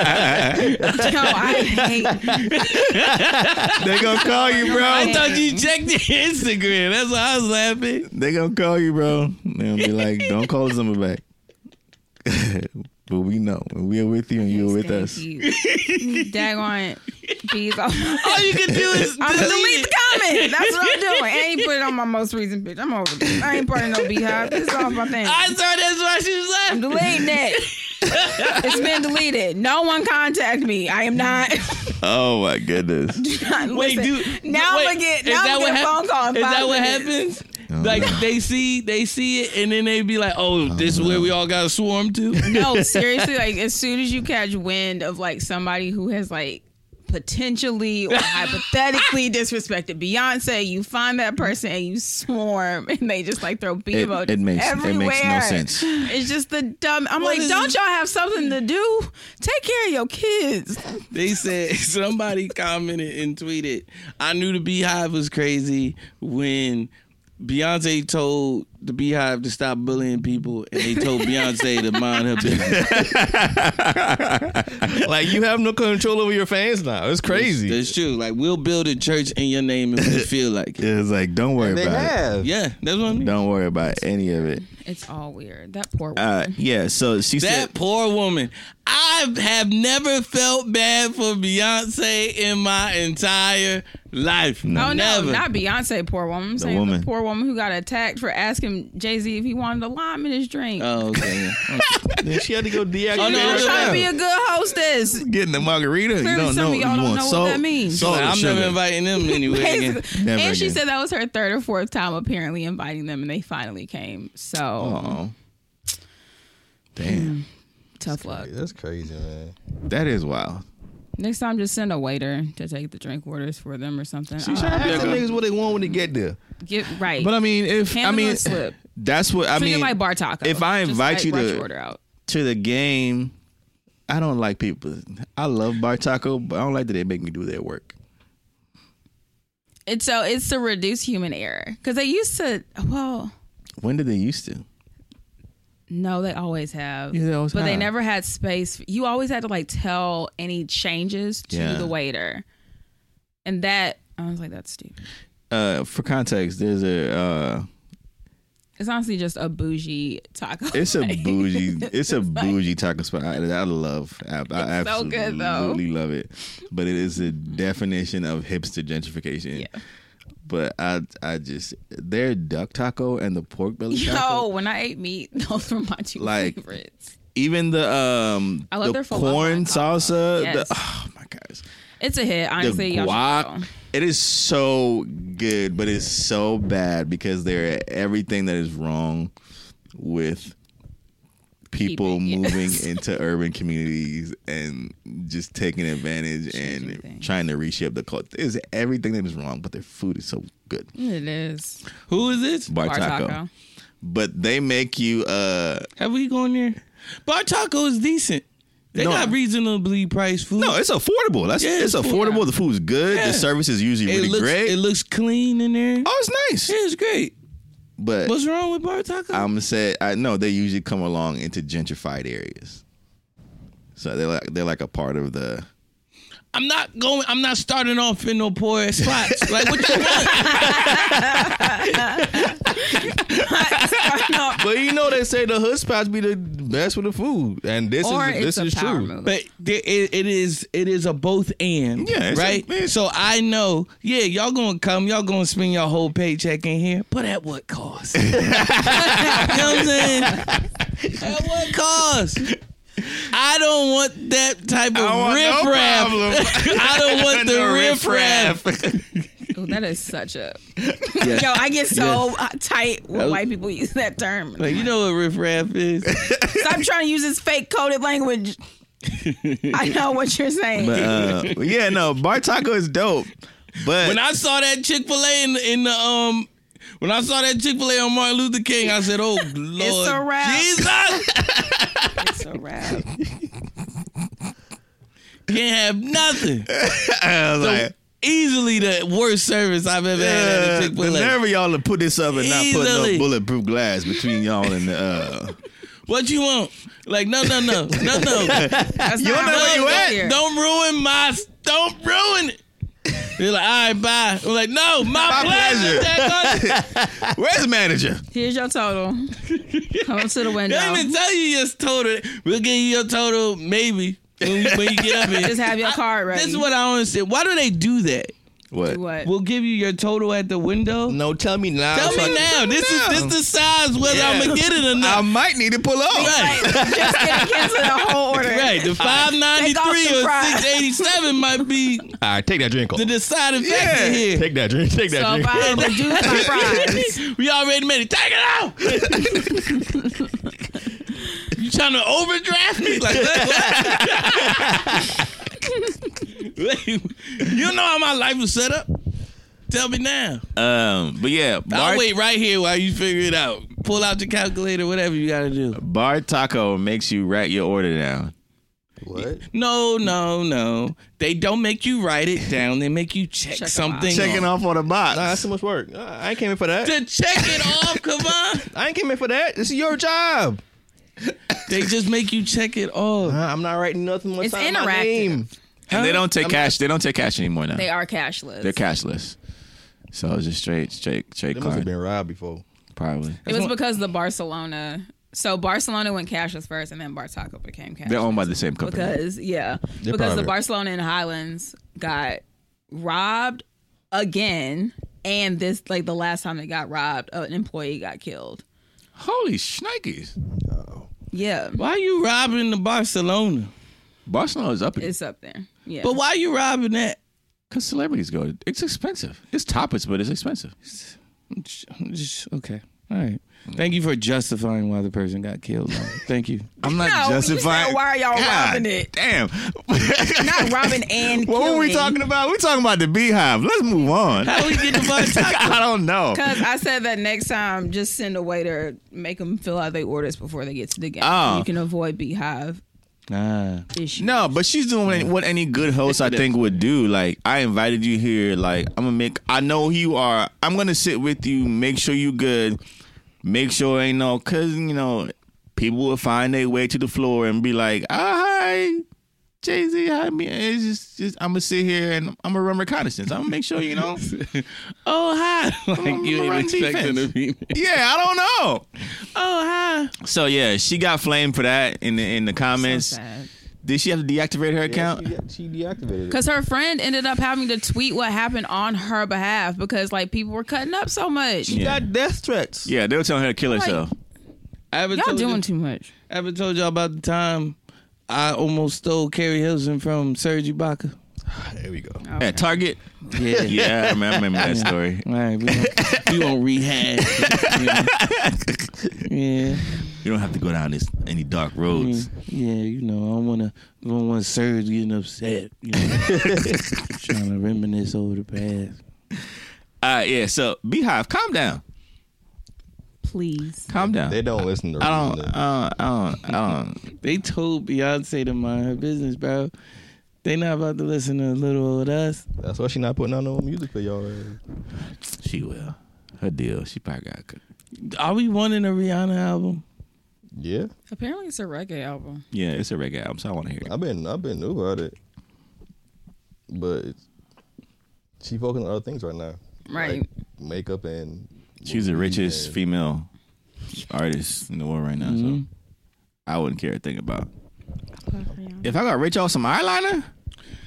I hate.
they gonna call you,
I
bro.
thought you checked your Instagram. That's why I was laughing.
They gonna call you, bro.
They'll be like, don't call this number
(laughs)
back. but we know. When we are with you and you are with us.
You. Daggone bees. All
All Oh, you can do is
I'm
delete
gonna delete
it.
the comment. That's what I'm doing. I ain't put it on my most recent picture. I'm over this. I ain't putting no beehive. This is all my thing.
(laughs) I thought that's why she was
I'm
laughing.
deleting
(laughs)
it. it's been deleted. No one contact me. I am not. (laughs)
Oh my goodness.
(laughs)
not
Wait,
listen.
dude.
Now
wait,
I'm gonna get.
is
Now
that
I'm
what
gonna get a
hap-
phone call. In
Is
five
that what
minutes.
happens?
Oh,
Like (laughs)
(laughs)
no.
they see, they see it, and then they be like, "Oh, this is where we all got to swarm to." (laughs)
(laughs) No, seriously. Like as soon as you catch wind of like somebody who has like potentially
(laughs)
or hypothetically disrespected Beyonce, you find that person and you swarm, and they just like throw beef
It-
emojis
it makes- it
everywhere.
makes no sense.
It's just the dumb. I'm like,
is-
don't y'all have something to do? Take care of your kids.
They said (laughs) somebody commented and tweeted, I knew the beehive was crazy when Beyonce told the beehive to stop bullying people and they told Beyonce to mind her business.
like you have no control over your fans now. It's crazy.
That's true. Like we'll build a church in your name if we feel like it.
It was like, don't worry about
Yeah, that's what I
it.
mean.
Don't worry about any of it.
It's all weird. That poor.
Uh, yeah. So she
That
said,
poor woman. I have never felt bad for Beyonce in my entire life.
Oh no,
Never.
not Beyonce, poor woman. I'm saying the
woman.
poor woman who got attacked for asking Jay Z if he wanted a lime in his drink.
Oh, okay. (laughs) yeah.
Then (laughs) she had to go deactivate.
Oh, no,
I'm
no,
her
trying to
account.
be a good hostess.
Getting the margarita, you
Clearly
don't
some
know.
of
You
y'all don't
want
know what
salt,
that means.
salt
Like,
and
I'm
sugar.
never inviting them anywhere
(laughs)
again.
Basically.
Never
and she
again.
said that was her third or fourth time apparently inviting them, and they finally came. So
Oh,
Uh-uh.
damn,
tough luck.
That's crazy, man.
that is wild.
Next time, just send a waiter to take the drink orders for them or something.
She should
Uh,
ask the niggas what they want when they get there.
get right.
But I mean, if
Hand
I
them
mean,
a slip.
(laughs) "That's what I
Treat it
mean."
like bar taco.
if I
Just,
invite
like,
you
rush
to-
your order out.
to the game, I don't like people. I love bar taco, but I don't like that they make me do their work.
It's so it's to reduce human error because they used to. Well,
When did they used to?
No, they always have.
Yeah, they always
but they
have.
never had space. You always had to like tell any changes to
Yeah.
the waiter, and that I was like, that's stupid.
Uh, for context, there's a uh,
It's honestly just a bougie taco.
it's
(laughs)
a
place.
bougie it's a bougie taco spot. I, I love I, I
It's so
absolutely
good, though.
love it, but it is a definition of hipster gentrification.
Yeah.
But I I just their duck taco and the pork belly taco.
(laughs) Yo, when I ate meat, (laughs) those were my two
Like,
favorites.
Even the um
I love
the
their falafel
corn
and taco.
salsa.
Yes.
The, oh my gosh.
It's a hit, honestly.
the
y'all should
guac.
go.
It is so good, but it's so bad because there are everything that is wrong with people
People, yes.
moving
(laughs)
into urban communities and just taking advantage and
things.
trying to reshape the culture. There's everything that is wrong, but their food is so good.
It is
Who is this?
Bar, taco. But they make you uh
Have we gone there? Bar taco is decent. They
No.
got reasonably priced food.
no, it's affordable. That's
Yeah,
it's
it's
affordable. The food's good.
Yeah.
The service is usually
it
really
looks
great.
it looks clean in there.
oh, it's nice.
Yeah, it's great.
But
What's wrong with bar taco?
I'm gonna say I know they usually come along into gentrified areas. So they're like they're like a part of the
I'm not going. I'm not starting off in no
(laughs)
poor spots. like what you want?
no,
But you know they say the hood spots be the best with the food, and this
or
is
it's
this
a
is
power
true.
move.
But there, it, it is it is a both and.
Yeah, it's a-
right.
it's-
so I know. Yeah, y'all gonna come. Y'all gonna spend your whole paycheck in here. But at what
(laughs)
cost? you know what I'm saying? At what cost? I don't want that type of riffraff. (laughs) I don't want (laughs) the riffraff.
(laughs) Ooh, that is such a. Yo, I get so tight when white people use that term.
Like you know what riffraff is?
Stop trying to use this fake
(laughs)
coded language. I know what you're
(laughs)
saying.
Uh, yeah, no, bar taco is dope. But
when I saw that Chick Fil A in, the- in the um. When I saw that Chick Fil A on Martin Luther King, (laughs) I said, "Oh Lord,
a wrap.
Jesus!"
(laughs)
it's a wrap.
Can't have (laughs) nothing.
I was
So
like,
easily the worst service I've ever had
uh,
at a
the
Chick Fil A.
nerve of y'all to put this up and not put no
Easily.
bulletproof glass between y'all and the. Uh,
What you want? Like no, no, no, no, no.
That's
You
not
don't know
how
where
it
you
goes
at.
here.
Don't ruin my. Don't ruin it. They're like, all right, bye. I'm like, no, my,
pleasure.
pleasure. That country-
where's the manager?
Here's your total. Come to the
They
window.
didn't even tell you your total. We'll give you your total, maybe when, you- when you get up here.
Just have your card ready.
This is what I don't understand. Why do they do that?
What?
What?
We'll give you your total at the window.
No, tell me now.
Tell
so I
me
can-
now. This is this the size whether
Yeah.
I'm gonna get it or
I
not.
might need to pull off.
right.
Just getting canceled the whole order.
Right, the five ninety
Take off
three
the
or
fries.
six eighty seven might be
All right, take that drink off.
the deciding factor
Yeah.
here.
Take that drink. Take that
So if
drink.
I reduce my
(laughs)
fries,
we already made it. Take it out. (laughs) you trying to overdraft me? Like what? (laughs) you know how my life was set up. Tell me now.
Um, but yeah, bar,
I'll wait right here while you figure it out. Pull out your calculator, whatever you gotta do.
bar taco makes you write your order down.
What?
No, no, no. They don't make you write it down. They make you check,
Check 'em
something.
Checking
off.
off on the box.
Nah, that's too much work. Nah, I ain't came in for that.
To check it off, (laughs) come on.
I ain't came in for that. This is your job.
(laughs) They just make you check it off.
Nah, I'm not writing nothing.
It's
inside my
interactive.
name.
and they don't take cash. They don't take cash anymore now.
they are cashless.
They're cashless. So it's just straight, straight, straight
They must have
card.
been robbed before.
Probably.
it was because the Barcelona. So Barcelona went cashless first, and then Bar Taco became cashless.
They're owned by the same company.
because yeah, because the
probably-
Barcelona and Highlands got robbed again, and this like the last time they got robbed, an employee got killed.
Holy shnikes!
Yeah,
Why you robbing the Barcelona?
Barcelona's up
it's up there. Yeah,
But why you robbing that?
because celebrities go. It's expensive. It's topics, but it's expensive.
I'm just- I'm just- Okay. All right. Thank you for justifying why the person got killed. Thank you.
I'm not
No, you
justifying.
said, why are y'all
God
robbing it?
Damn.
not robbing and
(laughs) what were we
killing.
talking about? We talking about the beehive. Let's move (laughs) on.
How we get the Bar Taco?
I don't know.
(laughs) Because I said that next time, just send a waiter, make them fill out their orders before they get to the game.
Oh.
You can avoid beehive
Nah.
issues.
No, but she's doing what- what any good host I think would do. Like I invited you here. Like I'm gonna make. I know who you are. I'm gonna sit with you. Make sure you good. Make sure ain't no cause you know people will find their way to the floor and be like, ah, hi. Jay Z, I mean, it's just, just I'm gonna sit here and I'm gonna run reconnaissance. I'm gonna make sure you
(laughs)
know.
Oh hi. (laughs) Like you
Run
ain't expecting
defense.
to be.
yeah, I don't know.
Oh hi.
So yeah, she got flamed for that in the in the comments.
Because
Did she have to deactivate her account?
She deactivated it.
her friend ended up having to tweet what happened on her behalf because like people were cutting up so much.
Yeah.
Got death threats.
Yeah, they were telling her to kill herself.
I haven't
Y'all
told you-
doing too much.
I ever told y'all about the time I almost stole Carrie Hilson from Serge Ibaka?
There we go.
At Target.
Yeah.
Yeah, I remember, (laughs) I remember that story.
All right, we
(laughs)
won't, we won't rehash. it, you know. Yeah,
You don't have to go down this any dark roads.
yeah, you know, I don't wanna, I don't want Serge getting upset. You
(laughs)
know, trying to reminisce over the past.
Uh yeah, so Beehive, calm down.
Please.
Calm down.
They don't listen to
I don't uh, I don't I don't (laughs)
They told Beyonce to mind her business, bro. They not about to listen to little old us.
That's why she not putting out no music for y'all.
she will. Her deal. She probably got cut.
Are we wanting a Rihanna album?
Yeah,
Apparently it's a reggae album.
Yeah, it's a reggae album, so I wanna hear it.
I've been I've been new about it, but it's- she focusing on other things right now.
Right.
Like makeup and
She's the richest
female.
female artist in the world right now,
Mm-hmm.
so I wouldn't care a thing about. If I got rich off some eyeliner,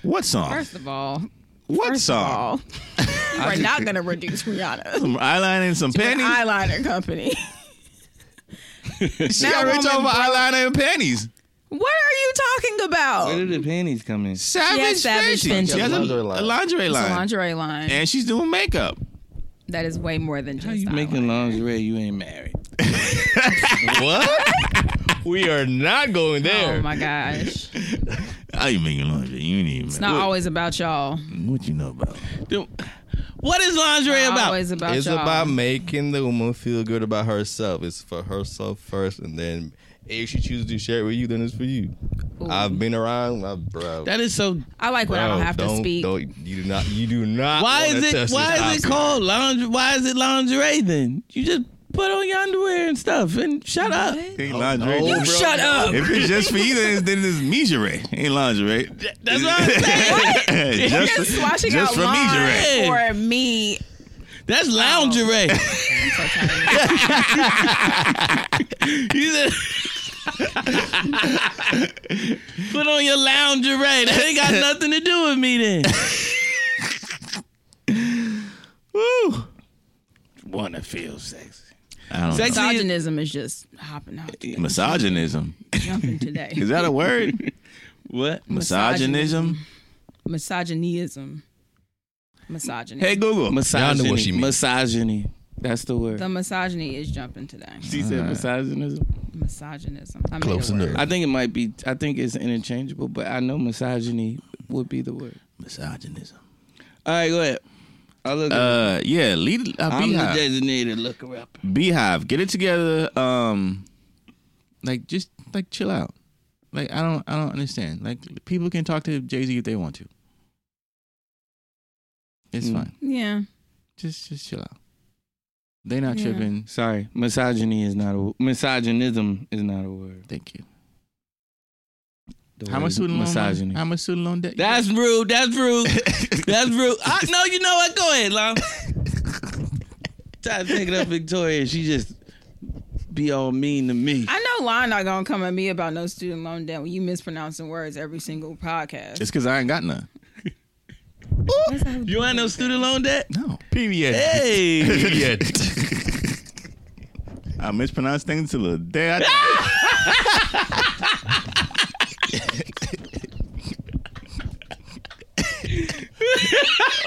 what song?
First
(laughs)
of all,
What
first of
song? (laughs)
all, you are not gonna reduce Rihanna.
Some eyeliner and some
An
panties.
eyeliner company. (laughs)
She
That
got rich
woman
off of
broke.
eyeliner and panties.
what are you talking
Where
about?
did the panties come in?
Savage,
Savage
Fenty. She
Fenty.
has a,
Lingerie
a
line.
lingerie
It's a
line.
lingerie line.
And she's doing makeup.
that is way more than just
How you
eyeliner.
making lingerie? You ain't married.
What? we are not going there.
Oh my gosh.
How you making lingerie? You ain't even
It's not always about y'all.
What you know about?
Dude, What is lingerie
Not
about?
always about
It's
y'all.
about making the woman feel good about herself. It's for herself first, and then If she chooses to share it with you, then it's for you. I've been around, I, bro.
That is so.
I like when I don't
bro,
have to speak.
Don't, Oh. you do not. You do not.
Why
wanna
is
touch
it? Why
this
is it
outfit.
called lounge? Why is it lingerie then? You just put on your underwear and stuff and shut up.
Ain't lingerie.
no, bro.
just-
Shut up.
If it's just for you, then it's, then it's measuree. Ain't lingerie.
That's what I'm
(laughs)
saying.
just
You're swashing
just
out
for measuree.
lines
measure
for me.
That's lingerie.
Oh. (laughs) I'm so tired.
(laughs) You said. (laughs) Put on your lingerie. That ain't got nothing to do with me then.
(laughs)
Woo. Wanna feel sexy.
I don't
Sex-
Misogynism is just hopping out,
know. Misogynism.
jumping today.
Is that a word?
(laughs) What?
Misogynism.
Misogynyism. Misogyny.
Hey Google.
Misogyny.
know what she mean.
Misogyny. That's the word.
The misogyny is jumping today.
she said misogynism.
Misogynism. I made
Close
a word.
enough.
I think it might be. I think it's interchangeable, but I know misogyny would be the word.
Misogynism.
All right, go ahead. I look.
Uh, yeah. Lead. Uh,
I'm the
beehive.
designated looker up.
Beehive, get it together. Um, like just like chill out. Like I don't I don't understand. Like people can talk to Jay Z if they want to. It's
Mm.
fine.
Yeah.
Just just chill out. They not
Yeah.
tripping.
Sorry, misogyny is not a misogynism is not a word.
Thank you.
The
How
word
much
is
student loan?
misogyny?
How much student loan debt?
That's rude. That's rude. That's rude. I, no, you know what? Go
(laughs)
ahead, Lon. Try to take it up, Victoria. She just be all mean to me.
I know Lon not gonna come at me about no student loan debt when you mispronouncing words every single podcast.
it's because I ain't got none.
You ain't no student loan debt.
No.
Period.
Hey,
Period.
(laughs)
I mispronounce things till the day I (laughs) die.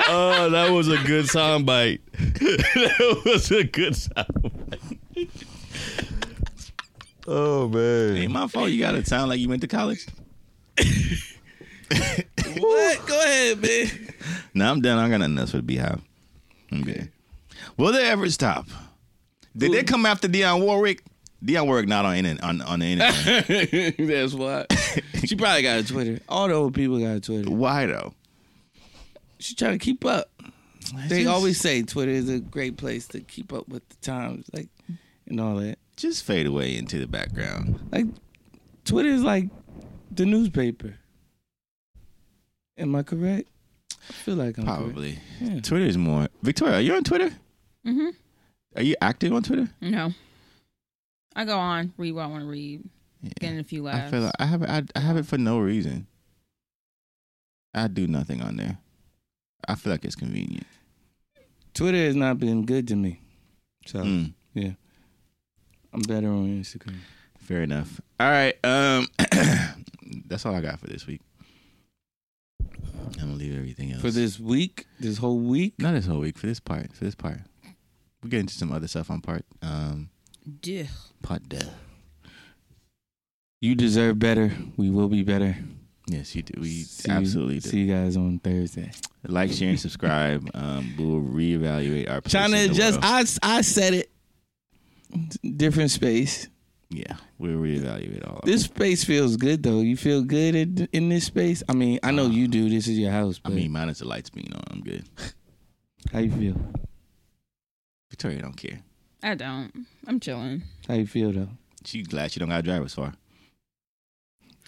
oh, that was a good sound bite. (laughs) that was a good sound bite. Oh
ain't
man.
my fault. You gotta sound like you went to college.
what? Go ahead, man.
No, I'm done. I got nothing else for the Beehive. Okay. Will they ever stop? Did they come after Dionne Warwick? Dionne Warwick not on internet, on, on the internet.
(laughs)
(laughs)
That's why she probably got a Twitter. All the old people got a Twitter.
Why though?
She trying to keep up. They
just,
always say Twitter is a great place to keep up with the times, like and all that.
just fade away into the background.
Like Twitter is like the newspaper. Am I correct? I feel like I'm correct.
Probably.
Yeah.
Twitter is more. Victoria, are you on Twitter?
hmm
Are you active on Twitter?
No. I go on, read what I want to read, getting a few laughs.
I feel like I have it. I, I have it for no reason. I do nothing on there. I feel like it's convenient.
Twitter has not been good to me, so
Mm.
I'm better on Instagram.
Fair enough. All right. Um, (clears throat) that's all I got for this week. I'm gonna leave everything else
For this week, this whole week,
Not this whole week. For this part. For this part. We'll get into some other stuff on part. Um,
Duh.
part duh.
you deserve better. We will be better.
Yes, you do. We
See you-
absolutely do.
see you guys on Thursday.
Like, share, and (laughs) subscribe. um, we'll reevaluate our. Place
Trying to
in the
adjust.
world.
I I said it. D- Different space.
yeah, we'll reevaluate all. of
This space feels good though. You feel good in, in this space. I mean, I know you do. This is your house.
it. I
But
mean, minus the lights being on. I'm good.
how you feel?
Victoria don't care.
I don't. I'm chilling.
How you feel though?
She glad she don't got to drive as far.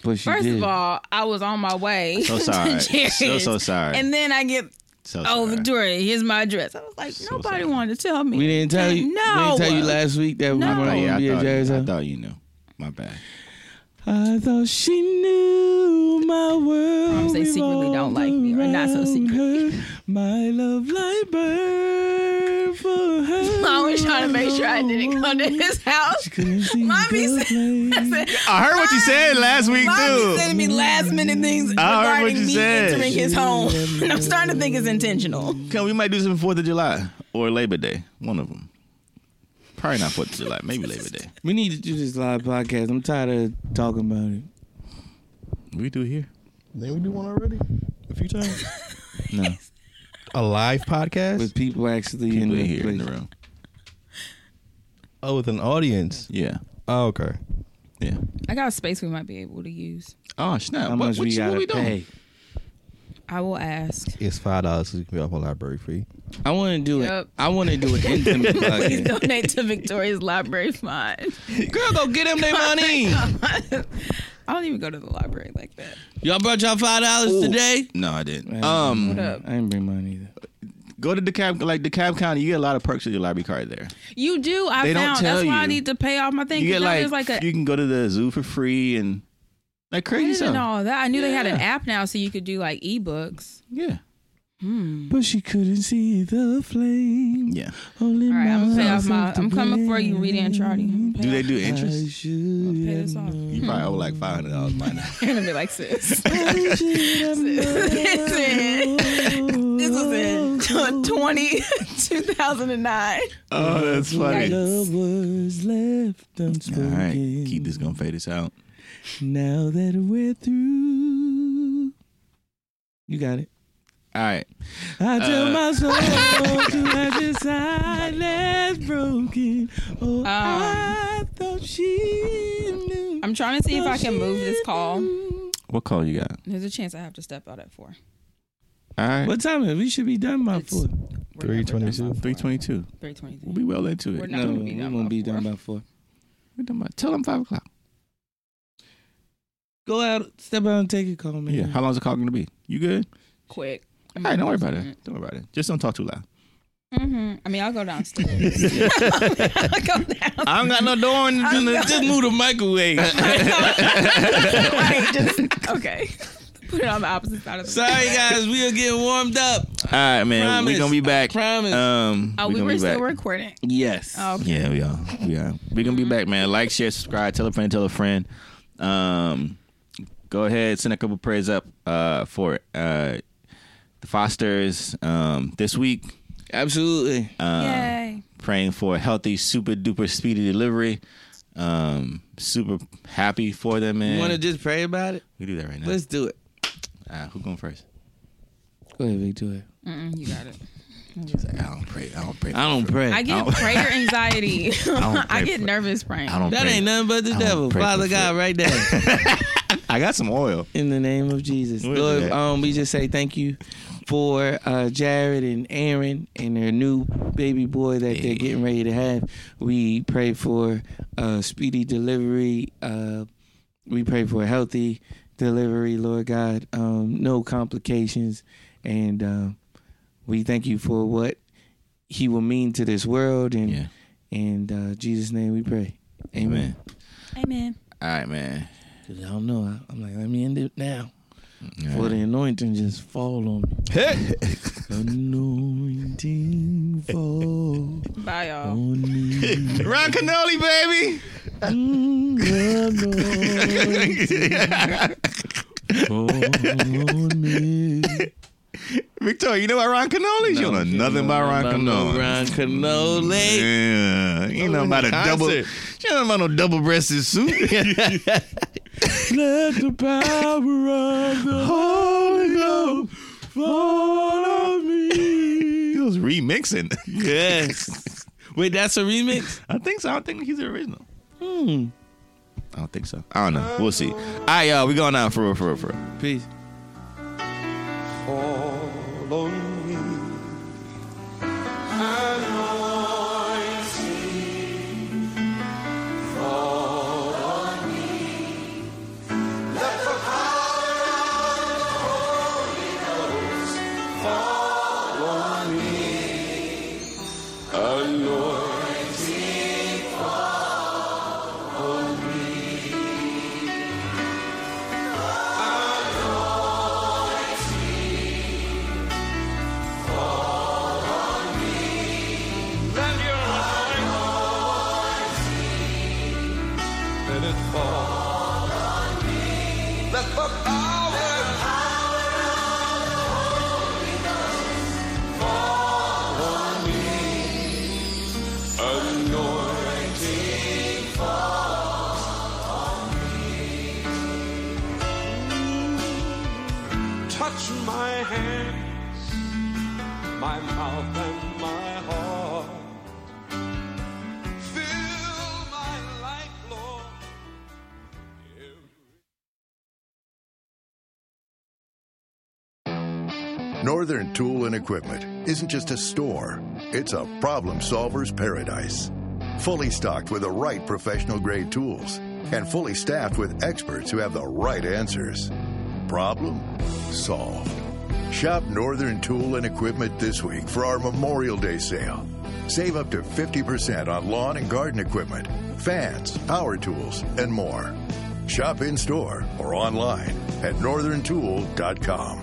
But she
First
did.
of all, I was on my way.
So
(laughs) to
sorry. so
Jerry's,
so sorry.
And then I get,
so
oh,
sorry.
Victoria, here's my address. I was like,
So
nobody
sorry.
wanted to tell me.
we didn't tell you.
No.
We didn't tell you last week that
No.
we were
Oh,
going
yeah,
to be
I
at
thought,
Jerry's
I
house.
thought you knew. My bad.
I thought she knew my world.
Moms, they secretly don't like me, or not so
revolved
secretly.
around her. My love like bird for her.
(laughs) (laughs) I was trying to make sure I didn't come to his house.
She couldn't see
(laughs) Mommy
the
said, I
place.
said,
I heard what you said last week
Mommy
too.
sending me last minute things
I heard what
regarding
you
me
said.
entering his home. And (laughs) I'm starting to think it's intentional.
Come, we might do some Fourth of July or Labor Day. One of them. Probably not Fourth of July.
(laughs)
Maybe Labor Day.
We need to do this live podcast. I'm tired of talking about it.
We do here.
Then we do one already. A few times.
(laughs) No,
A live podcast
With people actually in
people
the
here
place.
in the room.
oh, with an audience.
Yeah,
Oh, okay.
yeah.
got a space we might be able to use.
Oh snap!
How
what,
much
what
we
you- what
gotta
we doing?
pay?
I will ask.
It's five dollars so you can be off on library free.
I want to do it.
Yep.
I want to do
(laughs)
an intimate
Please
podcast.
donate to Victoria's Library Fund. (laughs)
Girl, go get them their money.
I don't even go to the library like that.
Y'all brought y'all five dollars
Ooh.
today.
No, I didn't. Um,
up?
I didn't bring mine either.
go to DeKalb, like DeKalb County. You get a lot of perks with your library card there.
You do. I
They don't
found. That's
tell
why I
you.
need to pay off my thing.
You
'cause
get
now
like,
there's like a.
you can go to the zoo for free and like
I
crazy
didn't
stuff.
know all that. I knew they had an
Yeah.
app now, so you could do like ebooks.
Yeah,
But she couldn't see the flame.
yeah.
Only
All right, I'm gonna pay off
myself
my.
to
I'm coming for you,
blame.
Rita and Chardy.
Do they do
I
interest?
should
Pay this off. (laughs)
You probably owe like five hundred dollars by
(laughs)
now.
You're gonna be like sis. (laughs) Listen, this was in (laughs) 20, 2009.
(laughs) Oh, that's funny. All
The words left unspoken.
right, keep this gonna fade us out.
Now that we're through, you got it.
All right,
I tell
Uh.
my soul to have its silence broken. Oh, I thought she knew.
Um, I'm trying to see if I can move this call.
what call you got?
There's a chance I have to step out at four.
All right,
What time is? it? We should be done by
It's-
four.
Three twenty-two.
three twenty-two.
Three twenty.
We'll be well into
We're
it.
not gonna be done by four.
by four.
We're done by- Tell them five o'clock.
Go out, step out, and take a call, man.
Yeah. How long's the call gonna be? You good?
Quick.
All right, don't worry about
Mm-hmm.
it. Don't worry about it. Just don't talk too loud.
hmm I mean, I'll go downstairs. (laughs) I'll go down.
(laughs) I don't got no door in the, in the-
Just move the (laughs) microwave.
(laughs)
Right, just- okay. Put it on the opposite side of the
Sorry, guys, we are getting warmed up.
All right, man.
Promise.
We're gonna be back.
Promise.
Um,
Oh,
we
we
gonna
were
be
still
back.
recording.
yes.
Oh,
Yeah, we are. We are. We're gonna be back, man. Like, share, subscribe, tell a friend, tell a friend. Um, go ahead, send a couple prayers up uh, for uh, the Fosters um, this week.
Absolutely.
yay.
Praying for a healthy, super duper speedy delivery. Um, super happy for them, man.
you want to just pray about it?
we do that right now.
Let's do it.
Uh, who going first?
Go ahead, Victoria.
Mm-mm, you got it.
I don't pray. I don't pray.
(laughs) I don't pray.
I get
don't-
prayer
(laughs)
anxiety. I,
don't pray
get
for-
nervous praying.
I don't.
that
pray.
ain't nothing but the
I don't
devil.
pray
Father
for
God,
food.
right
(laughs)
there.
I got some oil.
In the name of Jesus.
Where's
Lord,
that?
um, we just say thank you for uh, Jared and Aaron and their new baby boy that they're getting ready to have. We pray for uh, speedy delivery. Uh, we pray for a healthy delivery, Lord God. Um, no complications. And um, we thank you for what he will mean to this world. And,
Yeah.
and uh, Jesus' name we pray. Amen.
Amen.
Amen.
All right, man.
'Cause I don't know. I- I'm like, let me end it now.
All
For
right.
the anointing just fall on me.
(laughs)
Anointing fall
Bye, y'all.
on me.
Ron Canoli, (laughs) baby. Victoria, you know about Ron Canoli? you don't know nothing about Ron Canoli.
Ron Canole.
Yeah, you know about a double. You
concert.
know about no double-breasted suit. (laughs)
Let the power of the Holy Ghost fall on me.
he was remixing.
Yes. Wait, that's a remix?
I think so. I don't think he's the original.
Hmm.
I don't think so. I don't know. We'll see. All right, y'all. We going out for real, for real, for real.
Peace.
touch my hands, my mouth and my heart. Fill my life, Lord.
Northern Tool and Equipment isn't just a store, it's a problem solver's paradise. Fully stocked with the right professional grade tools and fully staffed with experts who have the right answers. Problem solved. Shop Northern Tool and Equipment this week for our Memorial Day sale. Save up to 50% on lawn and garden equipment, fans, power tools, and more. Shop in store or online at northerntool.com.